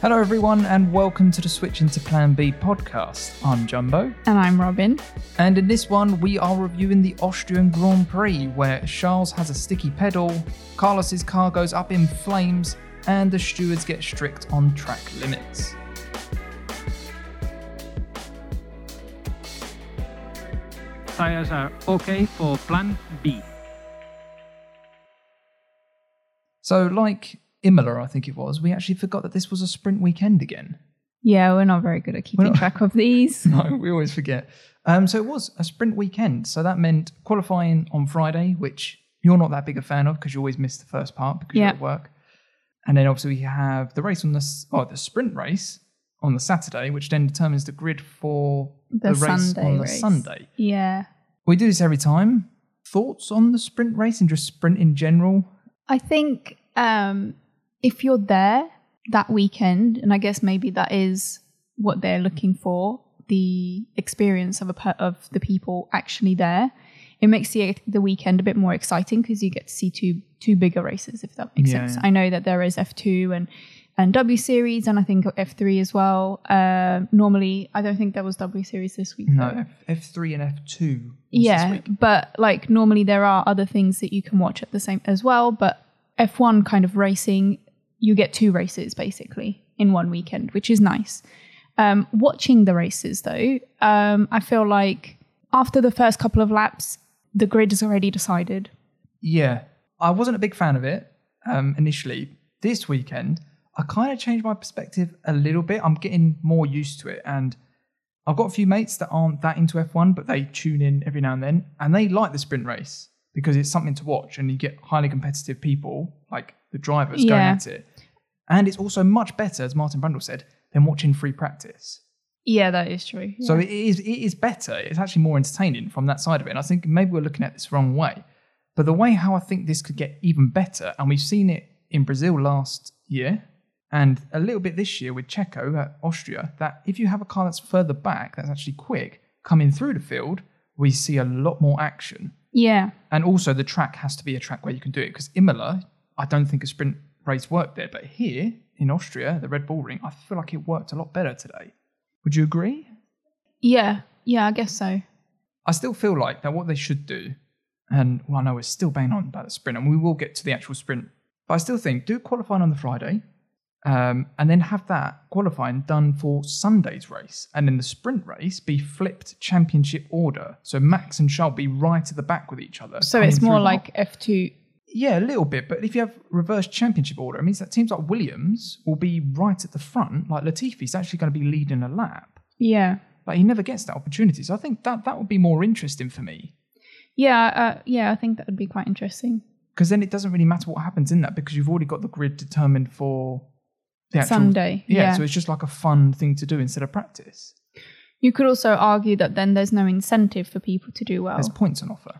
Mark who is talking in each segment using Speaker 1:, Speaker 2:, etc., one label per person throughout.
Speaker 1: Hello, everyone, and welcome to the Switch into Plan B podcast. I'm Jumbo,
Speaker 2: And I'm Robin.
Speaker 1: and in this one, we are reviewing the Austrian Grand Prix, where Charles has a sticky pedal, Carlos's car goes up in flames, and the stewards get strict on track limits.
Speaker 3: tires are okay for plan B.
Speaker 1: So, like Imola, I think it was, we actually forgot that this was a sprint weekend again.
Speaker 2: Yeah, we're not very good at keeping
Speaker 1: not-
Speaker 2: track of these.
Speaker 1: No, we always forget. Um, so it was a sprint weekend. So that meant qualifying on Friday, which you're not that big a fan of because you always miss the first part because
Speaker 2: Yeah.
Speaker 1: you're at work. And then obviously we have the race on the s- oh the sprint race on the Saturday, which then determines the grid for the,
Speaker 2: The
Speaker 1: race
Speaker 2: Sunday
Speaker 1: on the
Speaker 2: race.
Speaker 1: Sunday.
Speaker 2: Yeah.
Speaker 1: We do this every time. Thoughts on the sprint race and just sprint in general?
Speaker 2: I think um, if you're there that weekend, and I guess maybe that is what they're looking for the experience of, a per- of the people actually there, it makes the, the weekend a bit more exciting because you get to see two two bigger races, if that makes
Speaker 1: Yeah,
Speaker 2: sense.
Speaker 1: yeah.
Speaker 2: I know that there is F2 and, and W Series, and I think F3 as well. Um normally, I don't think there was W Series this week. though.
Speaker 1: No, F three and F two.
Speaker 2: Mm. yeah but like normally there are other things that you can watch at the same as well but f1 kind of racing you get two races basically in one weekend which is nice um, watching the races though um, i feel like after the first couple of laps the grid is already decided
Speaker 1: Yeah, I wasn't a big fan of it um, initially. This weekend, I kind of changed my perspective a little bit. I'm getting more used to it, and I've got a few mates that aren't that into F1, but they tune in every now and then, and they like the sprint race because it's something to watch, and you get highly competitive people like the drivers going
Speaker 2: Yeah.
Speaker 1: at it. And it's also much better, as Martin Brundle said, than watching free practice.
Speaker 2: yeah that is true
Speaker 1: So it is it is better. It's actually more entertaining from that side of it. And I think maybe we're looking at this wrong way. But the way how I think this could get even better, and we've seen it in Brazil last year, and a little bit this year with Checo at Austria, that if you have a car that's further back, that's actually quick, coming through the field, we see a lot more action.
Speaker 2: yeah
Speaker 1: And also the track has to be a track where you can do it, because Imola, I don't think a sprint race worked there. But here in Austria, the Red Bull Ring, I feel like it worked a lot better today. Would you agree?
Speaker 2: yeah yeah i guess so
Speaker 1: I still feel like that what they should do, and well, I know we're still banging on about the sprint, and we will get to the actual sprint, but I still think do qualifying on the Friday, um, and then have that qualifying done for Sunday's race, and then the sprint race be flipped championship order, so Max and Charles be right at the back with each other.
Speaker 2: so
Speaker 1: coming
Speaker 2: it's more
Speaker 1: through the-
Speaker 2: like f2
Speaker 1: yeah, a little bit, but if you have reverse championship order, it means that teams like Williams will be right at the front, like Latifi's actually going to be leading a lap.
Speaker 2: yeah
Speaker 1: But he never gets that opportunity. So I think that that would be more interesting for me.
Speaker 2: yeah uh, yeah i think that would be quite interesting
Speaker 1: because then it doesn't really matter what happens in that because you've already got the grid determined for the actual
Speaker 2: Sunday,
Speaker 1: Yeah,
Speaker 2: yeah.
Speaker 1: so it's just like a fun thing to do instead of practice.
Speaker 2: you could also argue that then there's no incentive for people to do well
Speaker 1: There's points on offer,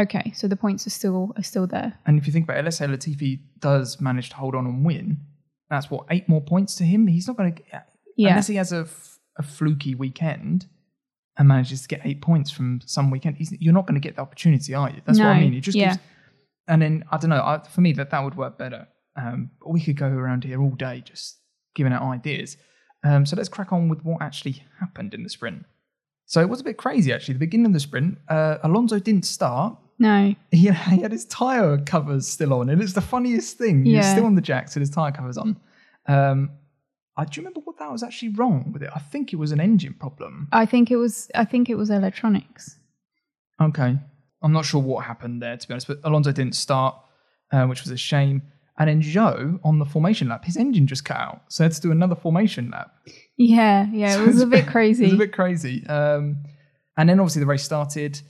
Speaker 2: Okay, so the points are still are still there.
Speaker 1: and if you think about it, let's say Latifi does manage to hold on and win, that's what eight more points to him. He's not going to
Speaker 2: Yeah,
Speaker 1: unless he has a, f- a fluky weekend and manages to get eight points from some weekend. He's, you're not going to get the opportunity, are you? That's what I
Speaker 2: No,
Speaker 1: mean. It just
Speaker 2: yeah.
Speaker 1: gives, and then I don't know. I, for me, that that would work better. Um, but we could go around here all day just giving out ideas. Um, so let's crack on with what actually happened in the sprint. So it was a bit crazy actually. The beginning of the sprint, uh, Alonso didn't start.
Speaker 2: no,
Speaker 1: He had, he had his tire covers still on, and it's the funniest thing. He was
Speaker 2: Yeah.
Speaker 1: still on the jacks with his tire covers on. Um, I do you remember what that was actually wrong with it. I think it was an engine problem.
Speaker 2: I think it was I think it was electronics.
Speaker 1: Okay, I'm not sure what happened there to be honest. But Alonso didn't start, uh, which was a shame. And then Joe on the formation lap, his engine just cut out, so he had to do another formation lap.
Speaker 2: Yeah, yeah,
Speaker 1: So
Speaker 2: it was
Speaker 1: it's
Speaker 2: a bit
Speaker 1: It
Speaker 2: crazy.
Speaker 1: was a bit crazy. Um, and then obviously the race started.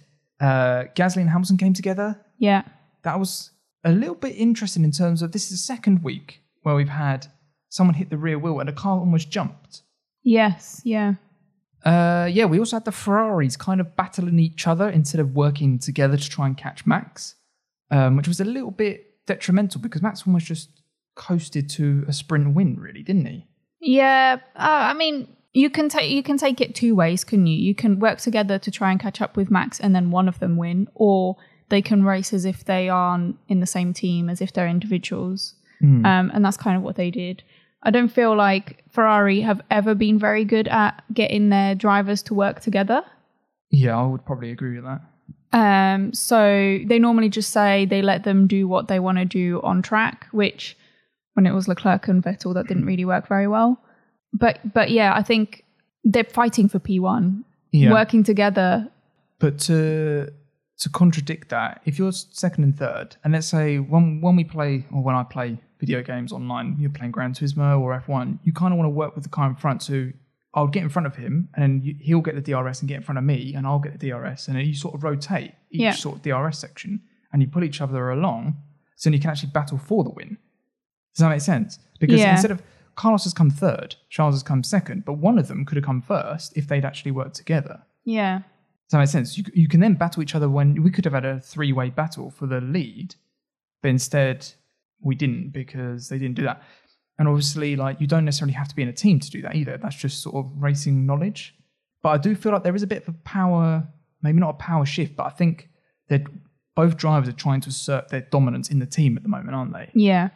Speaker 1: Uh, Gasly and Hamilton came together.
Speaker 2: yeah,
Speaker 1: that was a little bit interesting in terms of this is the second week where we've had someone hit the rear wheel and a car almost jumped.
Speaker 2: yes, yeah,
Speaker 1: Uh, yeah, we also had the Ferraris kind of battling each other instead of working together to try and catch Max, um, which was a little bit detrimental because Max almost just coasted to a sprint win, really, didn't he?
Speaker 2: yeah. Uh, I mean, you can take you can take it two ways, can you? You can work together to try and catch up with Max, and then one of them win, or they can race as if they aren't in the same team, as if they're individuals, um, and that's kind of what they did. I don't feel like Ferrari have ever been very good at getting their drivers to work together.
Speaker 1: Yeah, I would probably agree with that.
Speaker 2: Um, so they normally just say they let them do what they want to do on track, which when it was Leclerc and Vettel, that didn't really work very well. But but yeah, I think they're fighting for P1,
Speaker 1: Yeah.
Speaker 2: working together.
Speaker 1: But to to contradict that, if you're second and third, and let's say when when we play or when I play video games online, you're playing Gran Turismo or F1, you kind of want to work with the car in front. So I'll get in front of him, and you, he'll get the DRS and get in front of me, and I'll get the DRS, and then you sort of rotate each
Speaker 2: Yeah.
Speaker 1: sort of DRS section, and you pull each other along, so then you can actually battle for the win. Does that make sense? Because
Speaker 2: Yeah.
Speaker 1: instead of Carlos has come third, Charles has come second, but one of them could have come first if they'd actually worked together.
Speaker 2: Yeah.
Speaker 1: Does that make sense? You, you can then battle each other when we could have had a three way battle for the lead, but instead we didn't because they didn't do that. And obviously, like you don't necessarily have to be in a team to do that either. That's just sort of racing knowledge. But I do feel like there is a bit of a power, maybe not a power shift, but I think that both drivers are trying to assert their dominance in the team at the moment, aren't they?
Speaker 2: Yeah.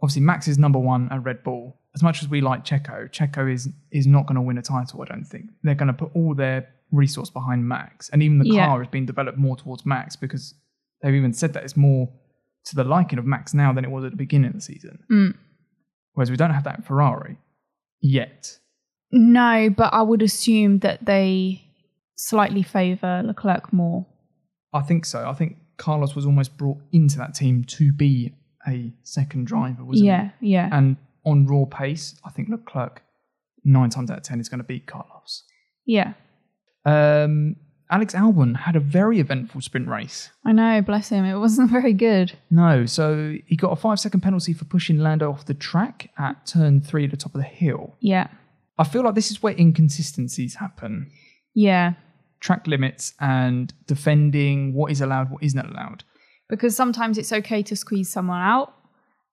Speaker 1: Obviously, Max is number one at Red Bull. As much as we like Checo, Checo is is not going to win a title. I don't think they're going to put all their resource behind Max, and even the
Speaker 2: Yeah.
Speaker 1: car has been developed more towards Max because they've even said that it's more to the liking of Max now than it was at the beginning of the season.
Speaker 2: Mm.
Speaker 1: Whereas we don't have that in Ferrari yet.
Speaker 2: No, but I would assume that they slightly favour Leclerc more.
Speaker 1: I think so. I think Carlos was almost brought into that team to be a second driver, wasn't he?
Speaker 2: yeah, yeah.
Speaker 1: And on raw pace, I think Leclerc nine times out of ten is going to beat Carlos.
Speaker 2: yeah.
Speaker 1: Um, Alex Albon had a very eventful sprint race.
Speaker 2: I know, bless him. It wasn't very good.
Speaker 1: No, so he got a five second penalty for pushing Lando off the track at turn three at the top of the hill.
Speaker 2: Yeah.
Speaker 1: I feel like this is where inconsistencies happen
Speaker 2: Yeah.
Speaker 1: track limits and defending what is allowed, what isn't allowed.
Speaker 2: Because sometimes it's okay to squeeze someone out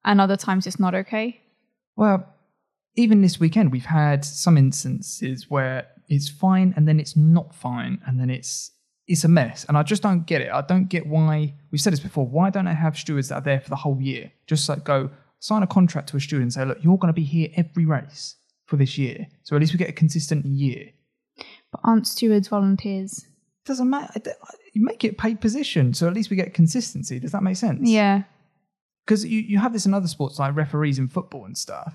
Speaker 2: and other times it's not okay.
Speaker 1: Well, even this weekend, we've had some instances where it's fine and then it's not fine and then it's it's a mess. And I just don't get it. I don't get why we've said this before. Why don't I have stewards that are there for the whole year? Just like go sign a contract to a steward and say, look, you're going to be here every race for this year, so at least we get a consistent year.
Speaker 2: But aren't stewards volunteers?
Speaker 1: Doesn't matter. You make it paid position, so at least we get consistency. Does that make sense?
Speaker 2: Yeah.
Speaker 1: because you, you have this in other sports like referees in football and stuff.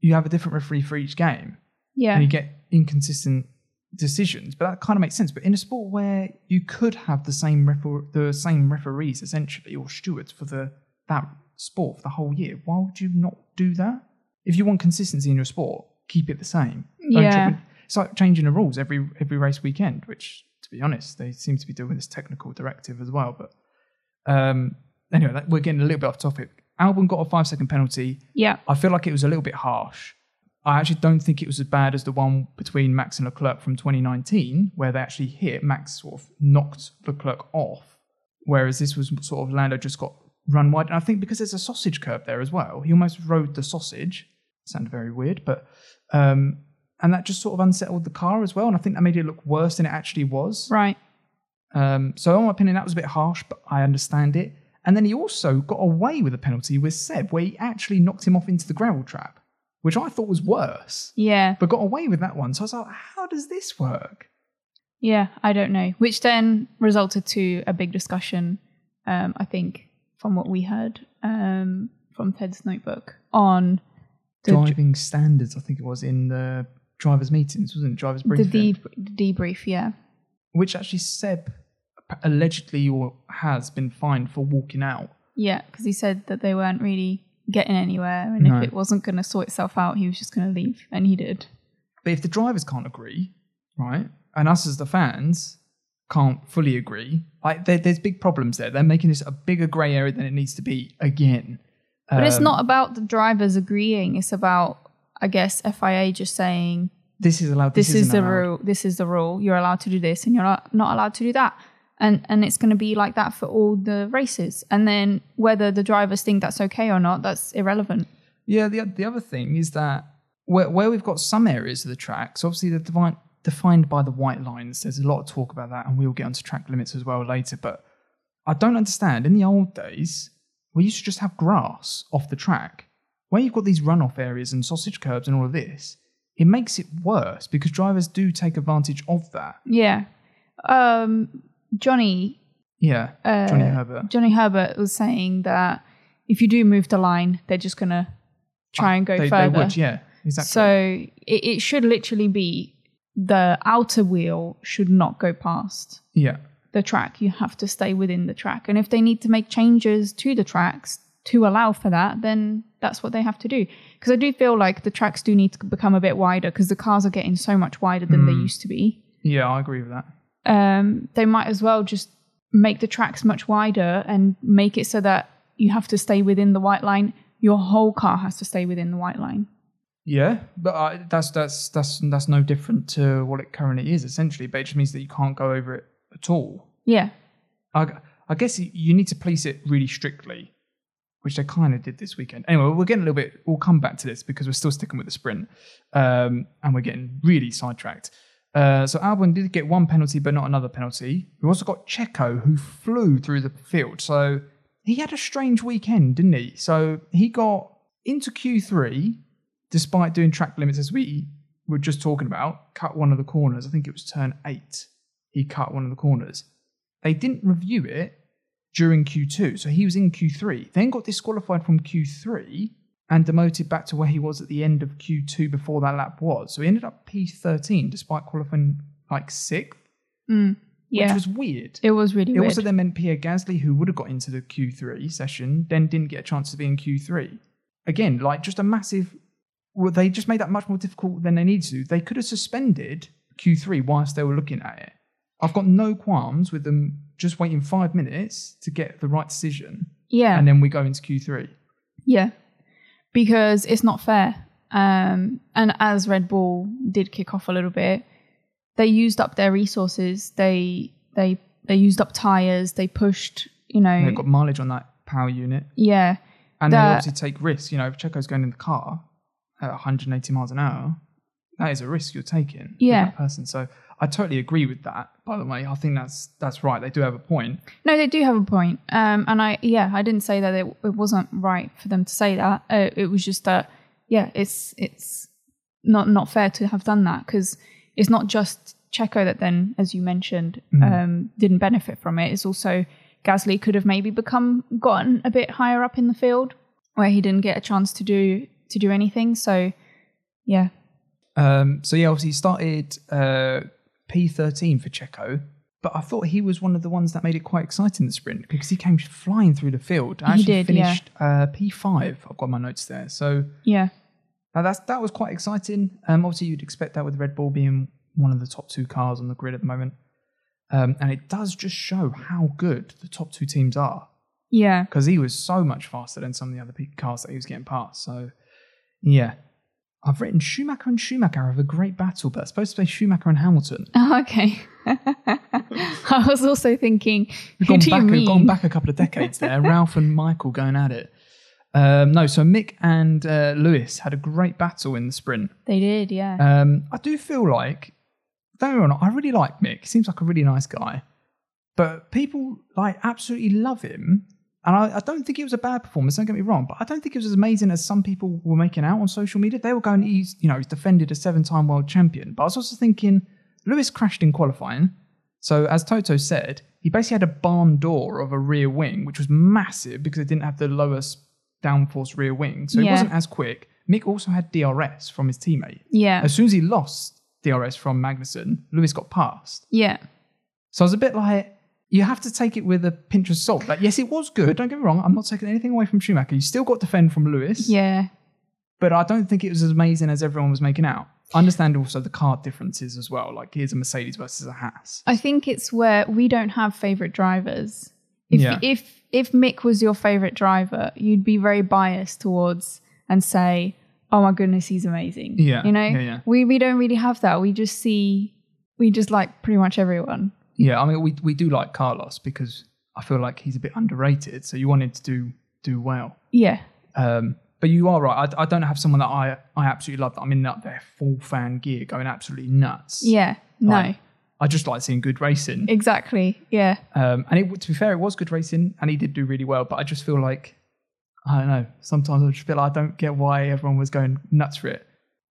Speaker 1: You have a different referee for each game. and
Speaker 2: Yeah.
Speaker 1: you get inconsistent decisions. But that kind of makes sense. But in a sport where you could have the same refer- the same referees essentially or stewards for the that sport for the whole year, why would you not do that? If you want consistency in your sport, keep it the same. Don't
Speaker 2: Yeah.
Speaker 1: try- It's like changing the rules every every race weekend, which to be honest, they seem to be doing this technical directive as well. But um, anyway, that, we're getting a little bit off topic. Albon got a five second penalty.
Speaker 2: Yeah.
Speaker 1: I feel like it was a little bit harsh. I actually don't think it was as bad as the one between Max and Leclerc from 2019, where they actually hit. Max sort of knocked Leclerc off, whereas this was sort of Lando just got run wide. And I think because there's a sausage curve there as well, he almost rode the sausage. Sounded very weird, but um, and that just sort of unsettled the car as well. And I think that made it look worse than it actually was.
Speaker 2: Right.
Speaker 1: Um, so, in my opinion, that was a bit harsh, but I understand it. And then he also got away with a penalty with Seb, where he actually knocked him off into the gravel trap, which I thought was worse,
Speaker 2: Yeah.
Speaker 1: but got away with that one. So I was like, how does this work?
Speaker 2: Yeah. I don't know. Which then resulted to a big discussion, um, I think, from what we heard um, from Ted's notebook on the,
Speaker 1: Driving standards, I think it was in the drivers' meetings, wasn't it? Drivers'
Speaker 2: the,
Speaker 1: briefing,
Speaker 2: debr- the debrief. Yeah.
Speaker 1: which actually Seb allegedly or has been fined for walking out.
Speaker 2: Yeah. Because he said that they weren't really getting anywhere. And
Speaker 1: No.
Speaker 2: if it wasn't going to sort itself out, he was just going to leave. And he did.
Speaker 1: But if the drivers can't agree, right, and us as the fans can't fully agree, like there, there's big problems there. They're making this a bigger grey area than it needs to be again.
Speaker 2: But it's
Speaker 1: Um,
Speaker 2: not about the drivers agreeing. It's about, I guess, FIA just saying
Speaker 1: This is allowed. This,
Speaker 2: this is the
Speaker 1: allowed.
Speaker 2: rule. This is the rule. You're allowed to do this, and you're not not allowed to do that. And and it's going to be like that for all the races. And then whether the drivers think that's okay or not, that's irrelevant.
Speaker 1: Yeah. The the other thing is that where where we've got some areas of the tracks, obviously they're defined defined by the white lines. There's a lot of talk about that, and we'll get onto track limits as well later. But I don't understand. In the old days, we used to just have grass off the track. where you've got these runoff areas and sausage curbs and all of this, it makes it worse because drivers do take advantage of that.
Speaker 2: Yeah. Um, Johnny
Speaker 1: Yeah,
Speaker 2: uh,
Speaker 1: Johnny Herbert.
Speaker 2: Johnny Herbert was saying that if you do move the line, they're just gonna try and go
Speaker 1: Ah, they,
Speaker 2: further.
Speaker 1: They would, yeah, exactly.
Speaker 2: So it, it should literally be the outer wheel should not go past
Speaker 1: yeah,
Speaker 2: the track. You have to stay within the track. And if they need to make changes to the tracks to allow for that, then that's what they have to do. Because I do feel like the tracks do need to become a bit wider because the cars are getting so much wider than they
Speaker 1: Hmm.
Speaker 2: used to be.
Speaker 1: yeah, I agree with that.
Speaker 2: Um, they might as well just make the tracks much wider and make it so that you have to stay within the white line. Your whole car has to stay within the white line.
Speaker 1: Yeah, but uh, that's that's that's that's no different to what it currently is essentially. But it just means that you can't go over it at all.
Speaker 2: Yeah.
Speaker 1: I, I guess you- you need to police it really strictly, which they kind of did this weekend. Anyway, we're getting a little bit. We'll come back to this because we're still sticking with the sprint, um, and we're getting really sidetracked. Uh, so Albon did get one penalty, but not another penalty. We also got Checo, who flew through the field. So he had a strange weekend, didn't he? So he got into Q3 despite doing track limits, as we were just talking about. Cut one of the corners. I think it was turn eight. He cut one of the corners they didn't review it during Q2, so he was in Q3, then got disqualified from Q3 and demoted back to where he was at the end of Q2 before that lap was. So he ended up P13 despite qualifying like sixth,
Speaker 2: Yeah.
Speaker 1: which was weird.
Speaker 2: it was really
Speaker 1: It
Speaker 2: weird.
Speaker 1: also then meant Pierre Gasly, who would have got into the Q3 session, then didn't get a chance to be in Q3. Again, like just a massive. Well, they just made that much more difficult than they needed to. They could have suspended Q3 whilst they were looking at it. I've got no qualms with them just waiting five minutes to get the right decision,
Speaker 2: yeah.
Speaker 1: and then we go into Q3.
Speaker 2: Yeah, because it's not fair. Um, and as Red Bull did kick off a little bit, they used up their resources. They they they used up tires. They pushed. You
Speaker 1: And
Speaker 2: know.
Speaker 1: they've got mileage on that power unit,
Speaker 2: yeah,
Speaker 1: and they
Speaker 2: That-
Speaker 1: obviously take risks. You know, if Checo's going in the car at 180 miles an hour, that is a risk you're taking. with
Speaker 2: Yeah.
Speaker 1: that person. So I totally agree with that. By the way, I think that's that's right. They do have a point.
Speaker 2: no, they do have a point. Um, and I yeah, I didn't say that it, it wasn't right for them to say that. Uh, it was just that yeah, it's it's not not fair to have done that because it's not just Checo that then, as you mentioned,
Speaker 1: Mm-hmm.
Speaker 2: um, didn't benefit from it. It's also Gasly could have maybe become gotten a bit higher up in the field where he didn't get a chance to do to do anything. So yeah,
Speaker 1: Um, so yeah, obviously he started uh, P13 for Checo, but I thought he was one of the ones that made it quite exciting the sprint because he came flying through the field. I
Speaker 2: He
Speaker 1: actually
Speaker 2: did, yeah.
Speaker 1: finished uh, P5. I've got my notes there. So
Speaker 2: yeah,
Speaker 1: now that's that was quite exciting. Um, obviously you'd expect that with Red Bull being one of the top two cars on the grid at the moment. Um, and it does just show how good the top two teams are
Speaker 2: yeah.
Speaker 1: because he was so much faster than some of the other pe- cars that he was getting past. So, yeah. I've written Schumacher and Schumacher have a great battle, but it's supposed to be Schumacher and Hamilton.
Speaker 2: Oh, okay. I was also thinking, who
Speaker 1: Gone
Speaker 2: do
Speaker 1: back,
Speaker 2: you mean?
Speaker 1: gone back a couple of decades there. Ralph and Michael going at it. Um, no, so Mick and uh, Lewis had a great battle in the sprint.
Speaker 2: They did, yeah.
Speaker 1: Um, I do feel like, don't get me wrong, I really like Mick. He seems like a really nice guy. But people like absolutely love him. And I, I don't think it was a bad performance, don't get me wrong, but I don't think it was as amazing as some people were making out on social media. They were going, he's, you know, he's defended a seven time world champion. But I was also thinking, Lewis crashed in qualifying. So, as Toto said, he basically had a barn door of a rear wing, which was massive because it didn't have the lowest downforce rear wing. So, it
Speaker 2: Yeah.
Speaker 1: wasn't as quick. Mick also had DRS from his teammate.
Speaker 2: yeah.
Speaker 1: As soon as he lost DRS from Magnussen, Lewis got past.
Speaker 2: yeah.
Speaker 1: So I was a bit like, you have to take it with a pinch of salt. Like, yes, it was good. Don't get me wrong. I'm not taking anything away from Schumacher. You still got to defend from Lewis.
Speaker 2: Yeah.
Speaker 1: But I don't think it was as amazing as everyone was making out. I understand also the car differences as well. Like, here's a Mercedes versus a Haas.
Speaker 2: I think it's where we don't have favorite drivers. If
Speaker 1: Yeah.
Speaker 2: if if Mick was your favorite driver, you'd be very biased towards and say, "Oh my goodness, he's amazing."
Speaker 1: Yeah,
Speaker 2: You know,
Speaker 1: yeah, yeah.
Speaker 2: we we don't really have that. We just see we just like pretty much everyone.
Speaker 1: Yeah, I mean, we, we do like Carlos because I feel like he's a bit underrated. So you want him to do, do well.
Speaker 2: Yeah.
Speaker 1: Um, but you are right. I, I don't have someone that I, I absolutely love that I'm in that their full fan gear going absolutely nuts.
Speaker 2: Yeah. No.
Speaker 1: Like, I just like seeing good racing.
Speaker 2: Exactly. Yeah.
Speaker 1: Um, and it, to be fair, it was good racing, and he did do really well. But I just feel like I don't know. Sometimes I just feel like I don't get why everyone was going nuts for it.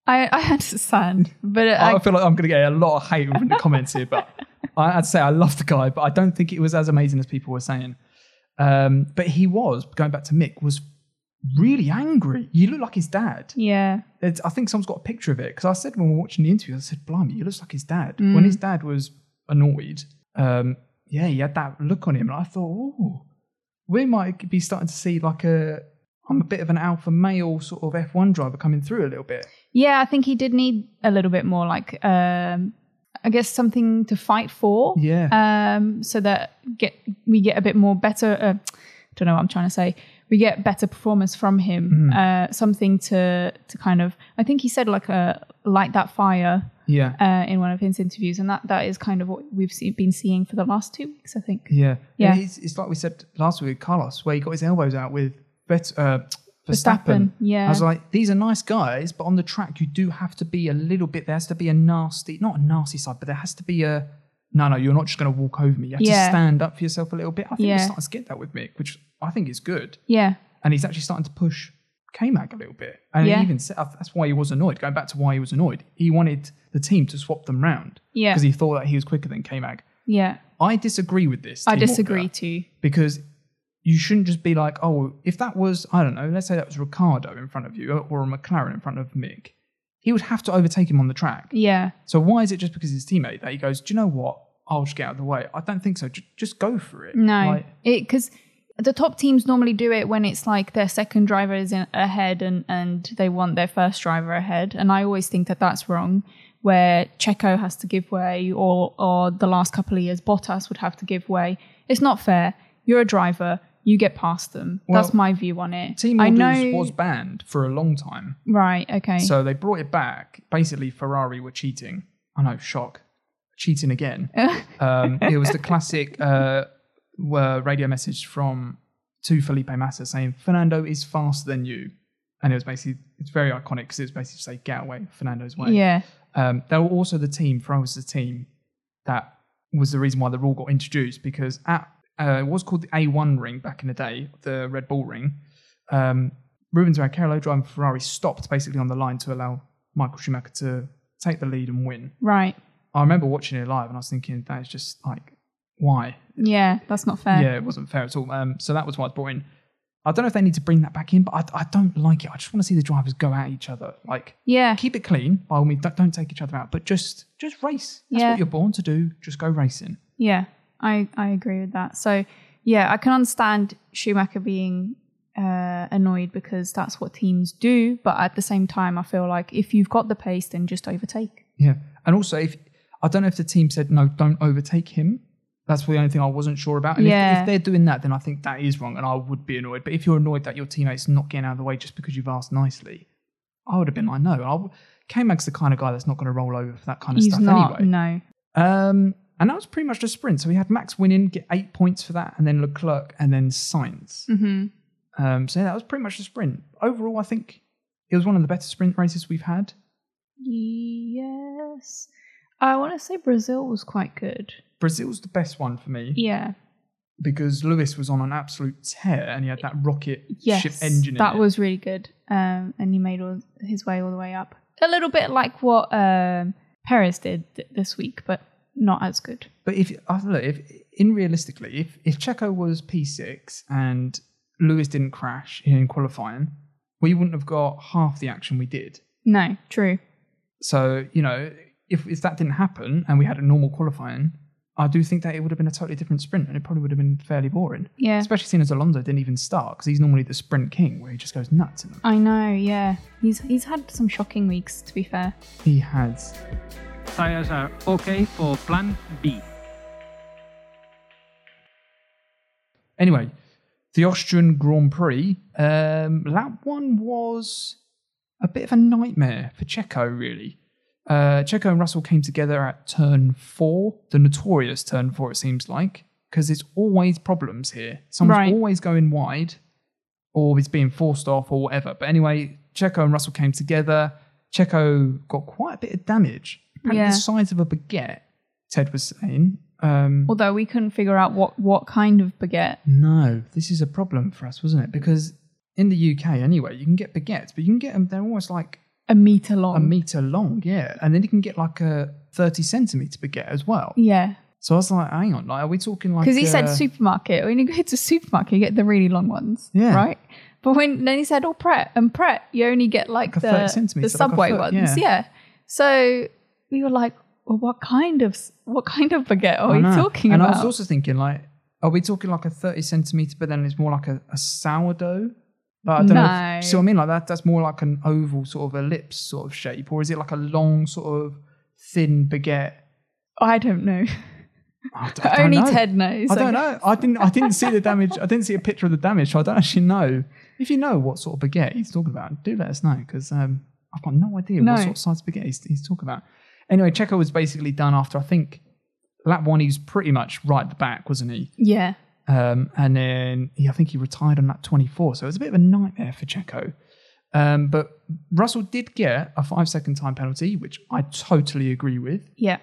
Speaker 2: I, I understand, but
Speaker 1: I,
Speaker 2: I,
Speaker 1: feel like I'm going to get a lot of hate in the comments here, but I, I'd say I love the guy, but I don't think it was as amazing as people were saying. Um, but he was going back to Mick was really angry. You look like his dad.
Speaker 2: yeah,
Speaker 1: It's, I think someone's got a picture of it because I said when we were watching the interview, I said, "Blimey, he looks like his dad." When his dad was annoyed, um, yeah, he had that look on him, and I thought, "Oh, we might be starting to see like a." I'm a bit of an alpha male sort of F1 driver coming through a little bit.
Speaker 2: yeah. I think he did need a little bit more, like um, I guess something to fight for.
Speaker 1: Yeah.
Speaker 2: um, so that get we get a bit more better. Uh, don't know what I'm trying to say. We get better performance from
Speaker 1: Hmm.
Speaker 2: him. Uh, something to to kind of. I think he said like a light that fire
Speaker 1: yeah.
Speaker 2: uh, in one of his interviews, and that that is kind of what we've seen, been seeing for the last two weeks. I think.
Speaker 1: Yeah.
Speaker 2: Yeah.
Speaker 1: And It's, it's like we said last week, Carlos, where he got his elbows out with Bet- uh, Verstappen.
Speaker 2: Verstappen, yeah.
Speaker 1: I was like, these are nice guys, but on the track, you do have to be a little bit, there has to be a nasty, not a nasty side, but there has to be a, no, no, you're not just going to walk over me. You have
Speaker 2: Yeah.
Speaker 1: to stand up for yourself a little bit. I think
Speaker 2: Yeah.
Speaker 1: he's starting to get that with Mick, which I think is good.
Speaker 2: Yeah.
Speaker 1: And he's actually starting to push K-Mag a little bit. And he
Speaker 2: Yeah.
Speaker 1: even said, that's why he was annoyed. Going back to why he was annoyed, he wanted the team to swap them round
Speaker 2: Yeah.
Speaker 1: because he thought that he was quicker than K-Mag.
Speaker 2: yeah.
Speaker 1: I disagree with this.
Speaker 2: I
Speaker 1: Team Orca
Speaker 2: disagree too.
Speaker 1: because you shouldn't just be like, oh, if that was, I don't know, let's say that was Ricardo in front of you or a McLaren in front of Mick, he would have to overtake him on the track.
Speaker 2: Yeah.
Speaker 1: So why is it just because his teammate that he goes, do you know what? I'll just get out of the way. I don't think so. J- just go for it.
Speaker 2: No,
Speaker 1: Like,
Speaker 2: it because the top teams normally do it when it's like their second driver is in, ahead and and they want their first driver ahead, and I always think that that's wrong. Where Checo has to give way, or or the last couple of years Bottas would have to give way. It's not fair. You're a driver. You get past them. that's
Speaker 1: Well,
Speaker 2: my view on it.
Speaker 1: team
Speaker 2: I
Speaker 1: orders
Speaker 2: know.
Speaker 1: was banned for a long time.
Speaker 2: right. Okay.
Speaker 1: So they brought it back. Basically, Ferrari were cheating. I know, shock. Cheating again.
Speaker 2: Uh.
Speaker 1: um, it was the classic uh, were radio message from to Felipe Massa saying, Fernando is faster than you. And it was basically, it's very iconic because it was basically say, get away, Fernando's way.
Speaker 2: yeah.
Speaker 1: Um, they were also the team, Ferrari was the team that was the reason why the rule got introduced because at uh, it was called the A1 ring back in the day, the Red Bull ring. Um, Rubens Barrichello driving Ferrari stopped basically on the line to allow Michael Schumacher to take the lead and win.
Speaker 2: Right.
Speaker 1: I remember watching it live and I was thinking, that is just like, why?
Speaker 2: Yeah. That's not fair.
Speaker 1: yeah, it wasn't fair at all. Um, so that was why it's brought in. I don't know if they need to bring that back in, but I, I don't like it. I just want to see the drivers go at each other. Like,
Speaker 2: Yeah.
Speaker 1: keep it clean. By all means, don't, don't take each other out, but just just race. That's
Speaker 2: Yeah.
Speaker 1: what you're born to do. Just go racing.
Speaker 2: Yeah, I, I agree with that. So, yeah, I can understand Schumacher being uh, annoyed because that's what teams do. But at the same time, I feel like if you've got the pace, then just overtake.
Speaker 1: Yeah. And also, if I don't know if the team said no, don't overtake him. That's the only thing I wasn't sure about. And if,
Speaker 2: Yeah.
Speaker 1: if they're doing that, then I think that is wrong, and I would be annoyed. But if you're annoyed that your teammate's not getting out of the way just because you've asked nicely, I would have been like, no. I w- K-Mag's the kind of guy that's not going to roll over for that kind of
Speaker 2: He's
Speaker 1: stuff
Speaker 2: not,
Speaker 1: anyway.
Speaker 2: no.
Speaker 1: Um, and that was pretty much the sprint. So we had Max winning, get eight points for that, and then Leclerc, and then Sainz.
Speaker 2: hmm
Speaker 1: Um, so yeah, that was pretty much the sprint. Overall, I think it was one of the better sprint races we've had.
Speaker 2: Yes. I want to say Brazil was quite good.
Speaker 1: Brazil's the best one for me
Speaker 2: Yeah.
Speaker 1: because Lewis was on an absolute tear and he had that rocket
Speaker 2: Yes.
Speaker 1: ship engine. in
Speaker 2: that
Speaker 1: it.
Speaker 2: was really good. Um, and he made all his way all the way up. A little bit like what um, Perez did th- this week, but not as good.
Speaker 1: But if I don't know, if in realistically, if if Checo was P six and Lewis didn't crash in qualifying, we wouldn't have got half the action we did.
Speaker 2: No, true.
Speaker 1: So, you know, if, if that didn't happen and we had a normal qualifying, I do think that it would have been a totally different sprint and it probably would have been fairly boring.
Speaker 2: Yeah.
Speaker 1: Especially seeing as Alonso didn't even start because he's normally the sprint king where he just goes nuts in them.
Speaker 2: I know, yeah. He's he's had some shocking weeks, to be fair.
Speaker 1: He has.
Speaker 3: Tires are okay for plan B.
Speaker 1: Anyway, the Austrian Grand Prix, um, lap one was a bit of a nightmare for Checo, really. Uh, Checo and Russell came together at turn four, the notorious turn four, it seems like, because it's always problems here. Someone's
Speaker 2: Right.
Speaker 1: always going wide, or is being forced off, or whatever. But anyway, Checo and Russell came together. Checo got quite a bit of damage. Apparently
Speaker 2: Yeah.
Speaker 1: the size of a baguette, Ted was saying. Um,
Speaker 2: Although we couldn't figure out what, what kind of baguette.
Speaker 1: no, this is a problem for us, wasn't it? Because in the UK anyway, you can get baguettes, but you can get them. They're almost like
Speaker 2: A meter long.
Speaker 1: a meter long, yeah. And then you can get like a thirty centimeter baguette as well.
Speaker 2: Yeah.
Speaker 1: So I was like, hang on, like, are we talking like?
Speaker 2: Because he said
Speaker 1: uh,
Speaker 2: supermarket. When you go to supermarket, you get the really long ones.
Speaker 1: Yeah.
Speaker 2: Right? But when then he said, oh, Pret. And Pret, you only get like
Speaker 1: Like a 30
Speaker 2: the,
Speaker 1: centimetre,
Speaker 2: the
Speaker 1: like a
Speaker 2: Subway
Speaker 1: foot,
Speaker 2: ones.
Speaker 1: yeah.
Speaker 2: Yeah. So we were like, well, what kind of what kind of baguette are
Speaker 1: I
Speaker 2: we
Speaker 1: know.
Speaker 2: talking
Speaker 1: and
Speaker 2: about?
Speaker 1: I was also thinking, like, are we talking like a 30 centimeter, but then it's more like a, a sourdough? Like, I don't know.
Speaker 2: No.
Speaker 1: If, see what I mean? Like, that, that's more like an oval sort of ellipse sort of shape, or is it like a long sort of thin baguette?
Speaker 2: I don't know.
Speaker 1: I d- I don't
Speaker 2: only
Speaker 1: know.
Speaker 2: Ted knows.
Speaker 1: I don't know. I didn't. I didn't see the damage. I didn't see a picture of the damage. So I don't actually know. If you know what sort of baguette he's talking about, do let us know because um, I've got no idea
Speaker 2: No.
Speaker 1: what sort of size baguette he's, he's talking about. Anyway, Checo was basically done after I think lap one. He was pretty much right at the back, wasn't he?
Speaker 2: Yeah.
Speaker 1: Um, and then he, I think he retired on lap 24. So it was a bit of a nightmare for Checo. Um, but Russell did get a five second time penalty, which I totally agree with.
Speaker 2: Yeah.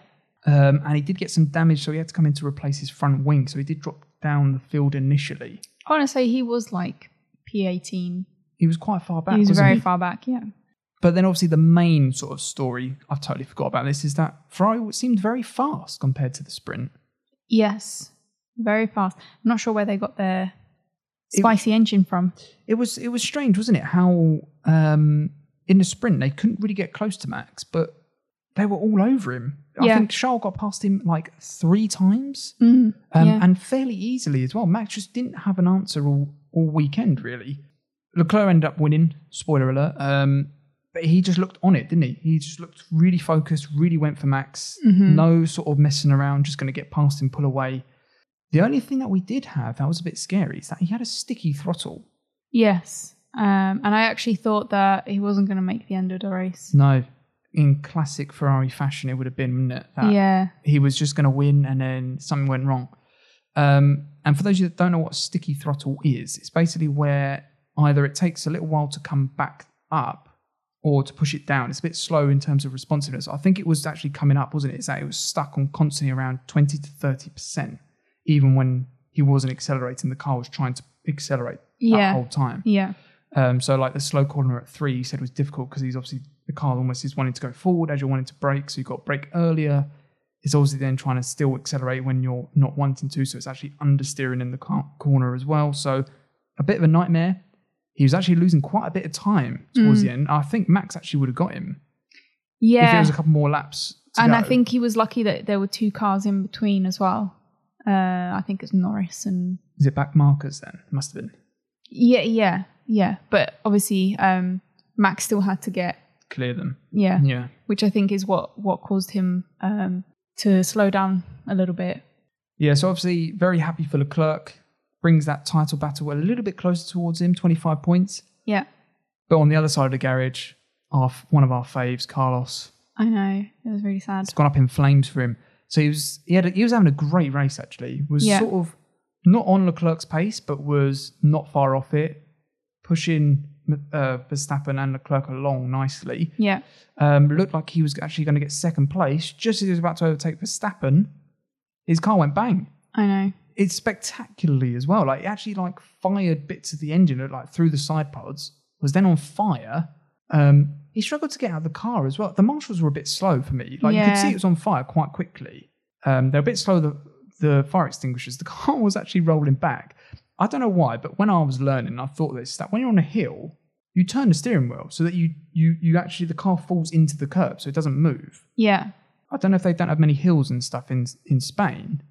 Speaker 1: Um, and he did get some damage, so he had to come in to replace his front wing. So he did drop down the field initially.
Speaker 2: I want to say he was like P18.
Speaker 1: He was quite far back.
Speaker 2: he was
Speaker 1: wasn't
Speaker 2: very
Speaker 1: he?
Speaker 2: far back. Yeah.
Speaker 1: But then, obviously, the main sort of story I've totally forgot about this is that Ferrari seemed very fast compared to the sprint.
Speaker 2: Yes. Very fast. I'm not sure where they got their
Speaker 1: It-
Speaker 2: spicy engine from.
Speaker 1: It was it was strange, wasn't it? How um, in the sprint they couldn't really get close to Max, but they were all over him. I
Speaker 2: Yeah.
Speaker 1: think Charles got past him like three times,
Speaker 2: Mm,
Speaker 1: um,
Speaker 2: yeah.
Speaker 1: and fairly easily as well. Max just didn't have an answer all, all weekend really. Leclerc ended up winning. Spoiler alert. Um, but he just looked on it, didn't he? He just looked really focused, really went for Max.
Speaker 2: Mm-hmm.
Speaker 1: No sort of messing around, just going to get past him, pull away. The only thing that we did have that was a bit scary is that he had a sticky throttle.
Speaker 2: Yes. Um, and I actually thought that he wasn't going to make the end of the race.
Speaker 1: No, in classic Ferrari fashion, it would have been wouldn't it, that
Speaker 2: yeah.
Speaker 1: he was just going to win and then something went wrong. Um, and for those of you that don't know what sticky throttle is, it's basically where either it takes a little while to come back up or to push it down. It's a bit slow in terms of responsiveness. I think it was actually coming up, wasn't it? It's that it was stuck on constantly around 20 to 30%, even when he wasn't accelerating, the car was trying to accelerate that
Speaker 2: Yeah.
Speaker 1: whole time.
Speaker 2: Yeah.
Speaker 1: Um, so like the slow corner at three, he said was difficult because he's obviously the car almost is wanting to go forward as you're wanting to brake, so you got brake earlier. It's obviously then trying to still accelerate when you're not wanting to, so it's actually understeering in the car- corner as well. So a bit of a nightmare. He was actually losing quite a bit of time towards the end. I think Max actually would have got him if it
Speaker 2: Mm. Yeah.
Speaker 1: was a couple more laps. to
Speaker 2: And I
Speaker 1: go.
Speaker 2: think he was lucky that there were two cars in between as well. Uh, I think it's Norris and
Speaker 1: is it back markers then? Must have been
Speaker 2: yeah, yeah, yeah. But obviously, um, Max still had to get
Speaker 1: clear them.
Speaker 2: yeah,
Speaker 1: Yeah.
Speaker 2: which I think is what what caused him um, to slow down a little bit.
Speaker 1: Yeah, so obviously very happy for Leclerc. Brings that title battle a little bit closer towards him, 25 points.
Speaker 2: Yeah,
Speaker 1: But on the other side of the garage, our one of our faves, Carlos,
Speaker 2: I know it was really sad.
Speaker 1: it's gone up in flames for him. So he was he had a, he was having a great race actually. He Was
Speaker 2: Yeah.
Speaker 1: sort of not on Leclerc's pace, but was not far off it, pushing uh, Verstappen and Leclerc along nicely.
Speaker 2: Yeah,
Speaker 1: Um, looked like he was actually going to get second place just as he was about to overtake Verstappen. His car went bang
Speaker 2: I know.
Speaker 1: it's spectacularly as well. Like it actually like fired bits of the engine uh, like through the side pods, was then on fire. Um, he struggled to get out of the car as well. The marshals were a bit slow for me. Like you could
Speaker 2: Yeah.
Speaker 1: see it was on fire quite quickly. Um, they're a bit slow. The the fire extinguishers. The car was actually rolling back. I don't know why, but when I was learning, I thought this that when you're on a hill, you turn the steering wheel so that you you you actually the car falls into the curb so it doesn't move.
Speaker 2: Yeah,
Speaker 1: I don't know if they don't have many hills and stuff in in Spain,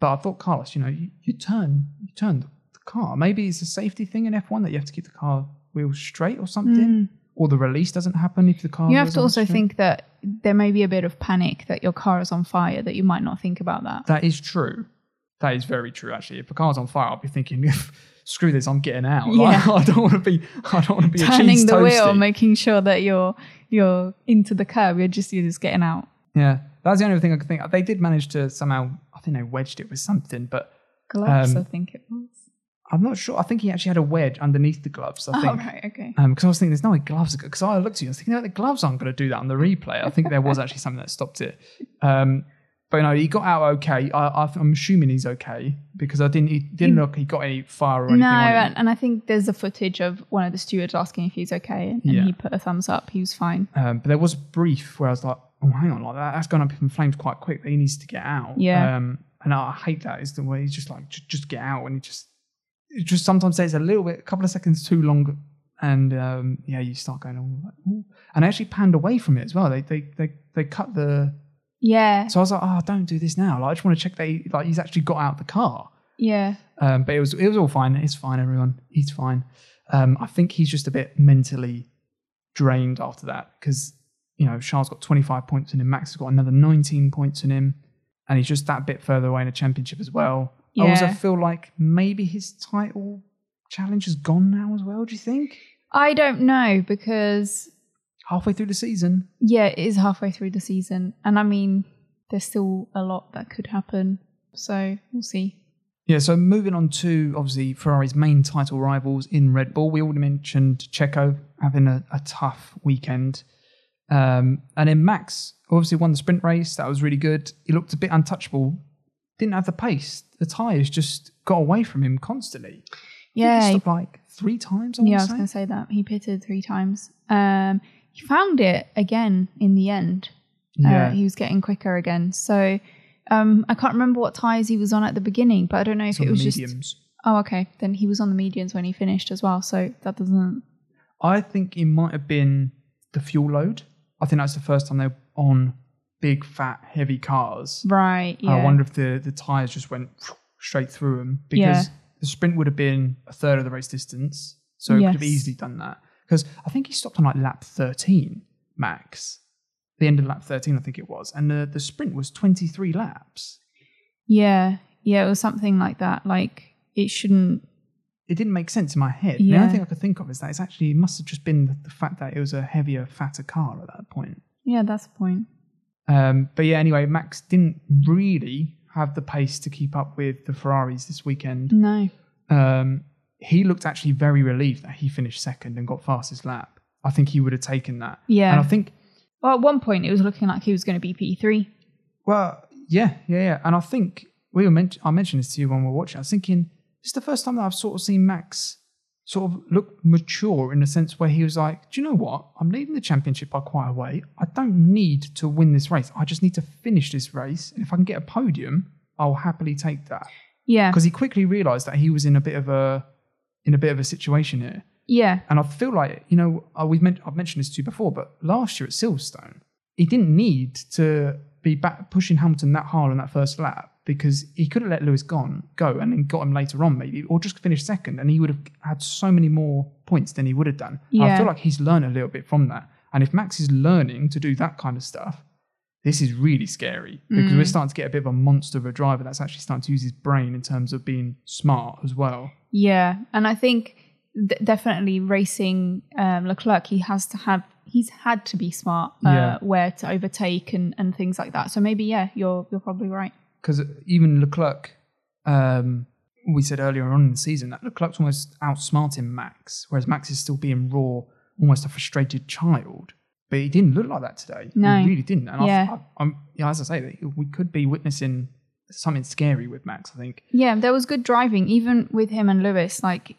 Speaker 1: but I thought Carlos, you know, you, you turn you turn the, the car. Maybe it's a safety thing in F one that you have to keep the car wheel straight or something, or the release doesn't happen if the car.
Speaker 2: Mm. you have
Speaker 1: wheels
Speaker 2: to
Speaker 1: aren't
Speaker 2: also
Speaker 1: straight.
Speaker 2: think that there may be a bit of panic that your car is on fire that you might not think about that.
Speaker 1: that is true. That is very true. Actually, if the car's on fire, I'll be thinking, "Screw this! I'm getting out. Like,
Speaker 2: Yeah.
Speaker 1: I don't want to be. I don't want to be a cheese
Speaker 2: Turning the wheel,
Speaker 1: toastie.
Speaker 2: making sure that you're you're into the curb. You're just you're just getting out.
Speaker 1: yeah, that's the only thing I could think. of. They did manage to somehow. I think they wedged it with something, but
Speaker 2: Gloves,
Speaker 1: Um,
Speaker 2: I think it was.
Speaker 1: I'm not sure. I think he actually had a wedge underneath the gloves. I
Speaker 2: Oh
Speaker 1: think.
Speaker 2: right, okay.
Speaker 1: Um, because I was thinking, there's no way gloves. Because I looked at you, I was thinking, no, the gloves aren't going to do that on the replay. I think there was actually something that stopped it. Um, But no, he got out okay. I, I, I'm assuming he's okay because I didn't. He didn't look. He got any fire or anything.
Speaker 2: No,
Speaker 1: on him.
Speaker 2: and, and I think there's a footage of one of the stewards asking if he's okay, and, and
Speaker 1: Yeah.
Speaker 2: he put a thumbs up. He was fine.
Speaker 1: Um, but there was a brief where I was like, oh, hang on, like that, that's gone up in flames quite quick. He needs to get out.
Speaker 2: Yeah.
Speaker 1: Um, and I hate that is the way he's just like, just, just get out. And he just, it just sometimes takes a little bit, a couple of seconds too long. And um, yeah, you start going, oh, like, ooh. and I actually panned away from it as well. They, they, they, they cut the,
Speaker 2: Yeah,
Speaker 1: so I was like, oh, don't do this now. Like, I just want to check that he, like, he's actually got out the car.
Speaker 2: yeah,
Speaker 1: Um, but it was it was all fine. It's fine, everyone. He's fine. Um, I think he's just a bit mentally drained after that because you know Charles got 25 points in him, Max has got another 19 points in him, and he's just that bit further away in the championship as well. I also
Speaker 2: Yeah.
Speaker 1: feel like maybe his title challenge is gone now as well. Do you think
Speaker 2: I don't know because
Speaker 1: halfway through the season?
Speaker 2: yeah, it is halfway through the season, and I mean, there's still a lot that could happen. So we'll see.
Speaker 1: Yeah, so moving on to obviously Ferrari's main title rivals in Red Bull. We already mentioned Checo having a, a tough weekend. Um, and then Max obviously won the sprint race. That was really good. He looked a bit untouchable, didn't have the pace. The tyres just got away from him constantly.
Speaker 2: Yeah,
Speaker 1: He
Speaker 2: he-
Speaker 1: stopped like three times, I
Speaker 2: yeah, I
Speaker 1: want
Speaker 2: was
Speaker 1: to
Speaker 2: going to
Speaker 1: say.
Speaker 2: say that he pitted three times. Um, he found it again in the end. Uh, he was getting quicker again. So um, I can't remember what tires he was on at the beginning, but I don't know if
Speaker 1: It's on
Speaker 2: it
Speaker 1: the
Speaker 2: was just.
Speaker 1: mediums.
Speaker 2: Oh, okay. Then he was on the medians when he finished as well. So that doesn't.
Speaker 1: I think it might have been the fuel load. I think that's the first time they were on big, fat, heavy cars.
Speaker 2: Right. Yeah.
Speaker 1: I wonder if the, the tyres just went straight through them because the sprint would have been a third of the race distance. So it could have
Speaker 2: Yes.
Speaker 1: easily done that. Because I think he stopped on like lap 13 max, the end of lap 13, I think it was. And the, the sprint was 23 laps.
Speaker 2: Yeah. Yeah. It was something like that. Like it shouldn't.
Speaker 1: It didn't make sense in my head. The
Speaker 2: Yeah.
Speaker 1: only thing I could think of is that it's actually, it must have just been the, the fact that it was a heavier, fatter car at that point.
Speaker 2: Yeah, that's the point.
Speaker 1: Um, but yeah, anyway, Max didn't really have the pace to keep up with the Ferraris this weekend.
Speaker 2: No.
Speaker 1: um, he looked actually very relieved that he finished second and got fastest lap. I think he would have taken that.
Speaker 2: Yeah.
Speaker 1: And I think,
Speaker 2: Well, at one point it was looking like he was going to be P three.
Speaker 1: well, yeah, yeah, yeah. And I think we were men- I mentioned this to you when we were watching. I was thinking, this is the first time that I've sort of seen Max sort of look mature in the sense where he was like, do you know what? I'm leading the championship by quite a way. I don't need to win this race. I just need to finish this race. And if I can get a podium, I'll happily take that.
Speaker 2: Yeah.
Speaker 1: Because he quickly realized that he was in a bit of a in a bit of a situation here.
Speaker 2: Yeah.
Speaker 1: And I feel like, you know, uh, we've men- I've mentioned this to you before, but last year at Silverstone, he didn't need to be back pushing Hamilton that hard on that first lap because he could have let Lewis gone, go and then got him later on, maybe, or just finished second. And he would have had so many more points than he would have done. And I
Speaker 2: Yeah.
Speaker 1: feel like he's learned a little bit from that. And if Max is learning to do that kind of stuff, this is really scary because
Speaker 2: Mm.
Speaker 1: we're starting to get a bit of a monster of a driver that's actually starting to use his brain in terms of being smart as well.
Speaker 2: Yeah. And I think d- definitely racing um, Leclerc, he has to have. He's had to be smart uh,
Speaker 1: Yeah.
Speaker 2: where to overtake and, and things like that. So maybe yeah, you're you're probably right.
Speaker 1: because even Leclerc, um, we said earlier on in the season that Leclerc's almost outsmarting Max, whereas Max is still being raw, almost a frustrated child. But he didn't look like that today.
Speaker 2: No.
Speaker 1: He really didn't. And
Speaker 2: Yeah.
Speaker 1: I, I, I'm, yeah, as I say, we could be witnessing something scary with Max, I think.
Speaker 2: Yeah, there was good driving, even with him and Lewis. Like,